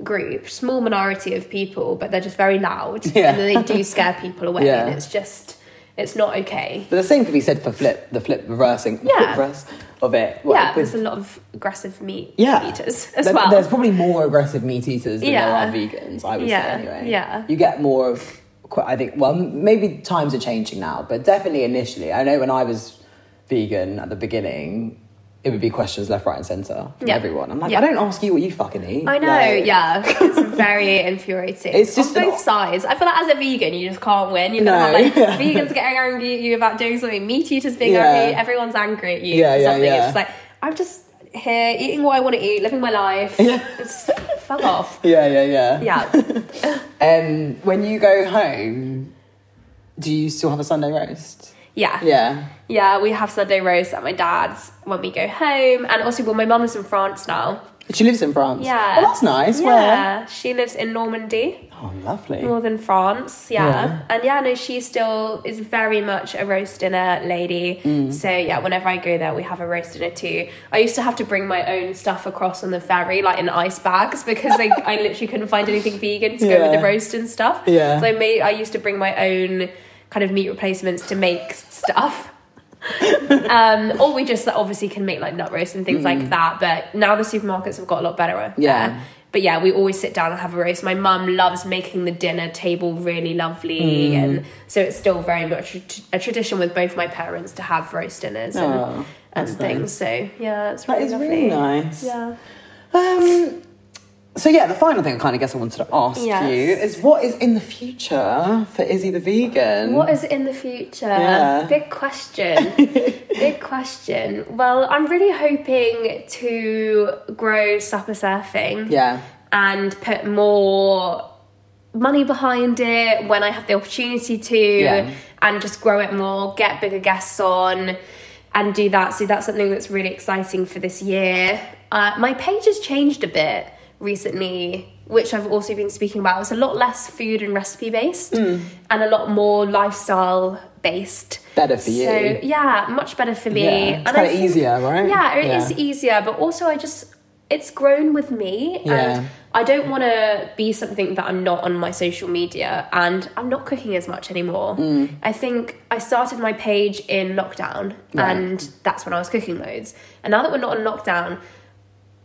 B: group, small minority of people, but they're just very loud,
A: Yeah.
B: and then they do scare people away,
A: Yeah.
B: and it's just it's not okay.
A: but the same could be said for flip, the flip reversing, the
B: Yeah.
A: flip reverse of it.
B: yeah,
A: With-
B: there's a lot of aggressive meat
A: yeah.
B: eaters as
A: There-
B: well.
A: There's probably more aggressive meat eaters than
B: Yeah.
A: there are vegans, I would
B: Yeah,
A: say anyway.
B: yeah.
A: You get more of, qu- I think, well, m- maybe times are changing now, but definitely initially. I know when I was vegan at the beginning, it would be questions left, right, and centre from
B: Yeah.
A: everyone. I'm like,
B: Yeah.
A: I don't ask you what you fucking eat.
B: I know,
A: Like,
B: yeah. It's very infuriating.
A: It's just
B: on
A: an-
B: both sides. I feel like as a vegan, you just can't win. You know,
A: No,
B: have, like
A: yeah.
B: vegans getting angry at you about doing something, meat eaters being
A: Yeah.
B: angry, everyone's angry at you
A: Yeah,
B: for
A: yeah,
B: something.
A: yeah.
B: It's just like I'm just here eating what I want to eat, living my life.
A: Yeah.
B: It's fuck off.
A: Yeah, yeah, yeah.
B: Yeah.
A: Um, when you go home, do you still have a Sunday roast?
B: Yeah.
A: Yeah.
B: Yeah, we have Sunday roast at my dad's when we go home. And also well my mum lives in France now.
A: She lives in France.
B: Yeah.
A: Oh, that's nice. Where?
B: Yeah. She lives in Normandy.
A: Oh, lovely.
B: Northern France, yeah.
A: Yeah.
B: And yeah, no, she still is very much a roast dinner lady.
A: Mm.
B: So yeah, whenever I go there, we have a roast dinner too. I used to have to bring my own stuff across on the ferry, like in ice bags, because I, I literally couldn't find anything vegan to go with
A: Yeah.
B: the roast and stuff.
A: Yeah.
B: So I made, I used to bring my own kind of meat replacements to make stuff. um, or we just like, obviously can make like nut roast and things like that. But now the supermarkets have got a lot better.
A: Mm. Yeah.
B: there. But yeah, we always sit down and have a roast. My mum loves making the dinner table really lovely,
A: Mm.
B: and so it's still very much a, tr- a tradition with both my parents to have roast dinners and,
A: Oh,
B: and
A: that's
B: things. So yeah, it's
A: That
B: really
A: is
B: lovely.
A: really nice.
B: Yeah.
A: Um, so yeah, the final thing I kind of guess I wanted to ask
B: Yes.
A: you is what is in the future for Izzy the vegan?
B: What is in the future?
A: Yeah.
B: Big question. Big question. Well, I'm really hoping to grow supper surfing.
A: yeah,
B: and put more money behind it when I have the opportunity to
A: Yeah.
B: and just grow it more, get bigger guests on and do that. So that's something that's really exciting for this year. Uh, my page has changed a bit recently, which I've also been speaking about. It's a lot less food and recipe based
A: Hmm.
B: and a lot more lifestyle based.
A: better for
B: So
A: you.
B: yeah, much better for me.
A: Yeah, it's
B: And I
A: kind of
B: think-
A: easier, right?
B: Yeah, it is
A: Yeah.
B: easier, but also I just it's grown with me,
A: Yeah.
B: and I don't want to be something that I'm not on my social media, and I'm not cooking as much anymore.
A: Mm.
B: I think I started my page in lockdown,
A: Right.
B: and that's when I was cooking loads. And now that we're not in lockdown,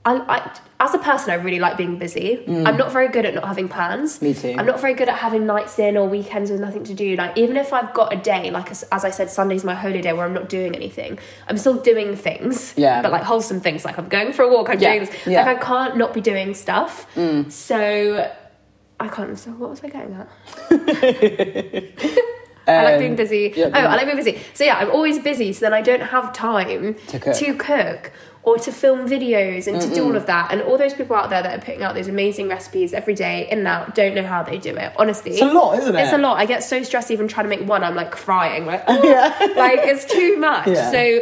B: I, I as a person, I really like being busy. I'm not very good at not having plans.
A: Mm. Me too.
B: I'm not very good at having nights in or weekends with nothing to do. Like even if I've got a day, like as, as I said, Sunday's my holy day where I'm not doing anything. I'm still doing things.
A: Yeah.
B: But like wholesome things, like I'm going for a walk. I'm
A: Yeah.
B: doing this.
A: Yeah. Mm.
B: Like I can't not be doing stuff. So I can't. So what was I getting at? I like
A: Um,
B: being busy.
A: yeah,
B: oh, I like being busy. So yeah, I'm always busy. So then I don't have time
A: To cook.
B: cook or to film videos and to do all of that. And all those people out there that are putting out those amazing recipes every day in and out don't know how they do it. Honestly,
A: It's a lot, isn't it?
B: It's a lot. I get so stressed even trying to make one. I'm like crying. Like, oh, like it's too much.
A: Yeah.
B: So.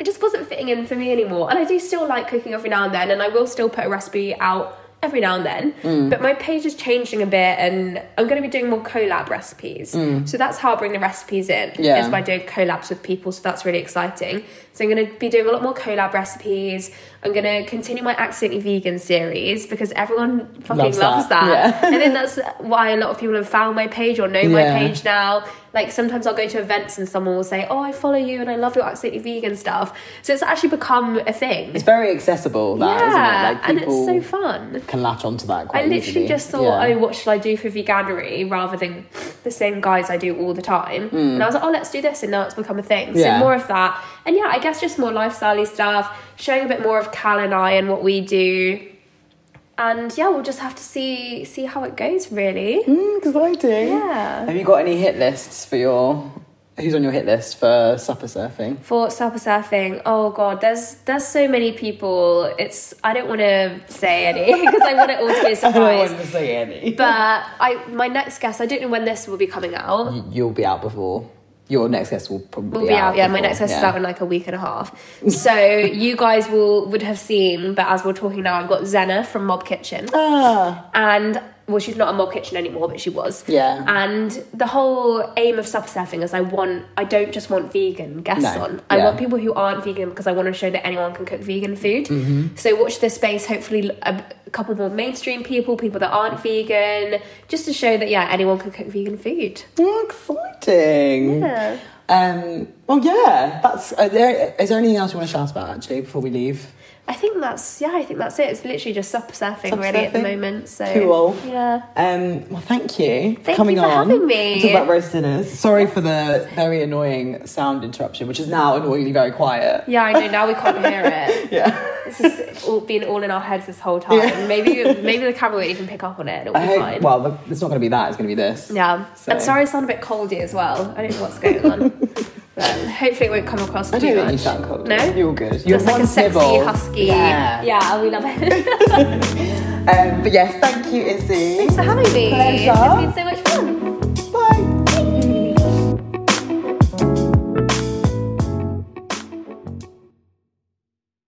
B: It just wasn't fitting in for me anymore. And I do still like cooking every now and then, and I will still put a recipe out every now and then.
A: Hmm.
B: But my page is changing a bit, and I'm going to be doing more collab recipes. So that's how I bring the recipes in
A: Hmm. Yeah.
B: is by doing collabs with people, so that's really exciting. So I'm going to be doing a lot more collab recipes. I'm going to continue my accidentally vegan series because everyone fucking
A: Loves
B: loves,
A: that,
B: that.
A: yeah.
B: and then that's why a lot of people have found my page or know
A: Yeah.
B: my page now. Like sometimes I'll go to events and someone will say, "Oh, I follow you and I love your accidentally vegan stuff." So it's actually become a thing.
A: It's very accessible, that,
B: yeah,
A: not it? Like
B: and it's
A: people
B: so fun.
A: can latch onto that quite
B: I literally
A: easily.
B: just thought,
A: Yeah.
B: oh, what should I do for veganery rather than the same guys I do all the time? And I was like, oh, let's do this. And now it's become a thing. So
A: Hmm. Yeah.
B: more of that. And yeah, I guess just more lifestyle stuff, showing a bit more of Cal and I and what we do. And yeah, we'll just have to see see how it goes, really.
A: Mm, exciting.
B: Yeah.
A: Have you got any hit lists for your? Who's on your hit list for supper surfing?
B: For supper surfing, oh god, there's there's so many people. It's I don't want to say any because I want it all to be a surprise.
A: to say any.
B: But I my next guest, I don't know when this will be coming out.
A: You'll be out before your next guest will probably
B: will be out. Mm. Yeah, my
A: before-
B: next test is out in like a week and a half. So you guys will would have seen, but as we're talking now, I've got Zena from Mob Kitchen,
A: Ah,
B: and well, she's not a Mob Kitchen anymore, but she was.
A: Yeah.
B: And the whole aim of supper surfing is I want I don't just want vegan guests
A: No,
B: on. I
A: yeah.
B: want people who aren't vegan because I want to show that anyone can cook vegan food.
A: Mm-hmm.
B: So watch this space. Hopefully, a, a couple more mainstream people, people that aren't vegan, just to show that yeah, anyone can cook vegan food.
A: oh, exciting.
B: Yeah.
A: Um. Well, yeah. That's. Are there, is there anything else you want to shout about actually before we leave?
B: I think that's yeah. I think that's it. It's literally just supper surfing
A: Supper
B: really at the
A: surfing.
B: moment. So
A: Cool.
B: Yeah.
A: Um, well, thank you for
B: Thank
A: coming
B: you for
A: on.
B: having me.
A: Talk about roast dinners. Sorry for the very annoying sound interruption, which is now annoyingly very quiet.
B: Yeah, I know. Now we can't hear it.
A: Yeah.
B: This has all been all in our heads this whole time.
A: Yeah.
B: Maybe maybe the camera won't even pick up on it. It'll be
A: I hope,
B: fine.
A: well, the- it's not going to be that. It's going to be this.
B: yeah.
A: so-
B: And sorry, I sound a bit coldy as well. I don't know what's going on. but hopefully, it won't come across
A: I
B: too
A: don't
B: much.
A: think you sound cold.
B: No.
A: You're good. You're
B: Just like
A: one
B: a sexy
A: nibble.
B: husky.
A: Yeah.
B: yeah, we love it.
A: Um, but yes, thank you, Izzy.
B: Thanks for having me.
A: Pleasure.
B: It's been so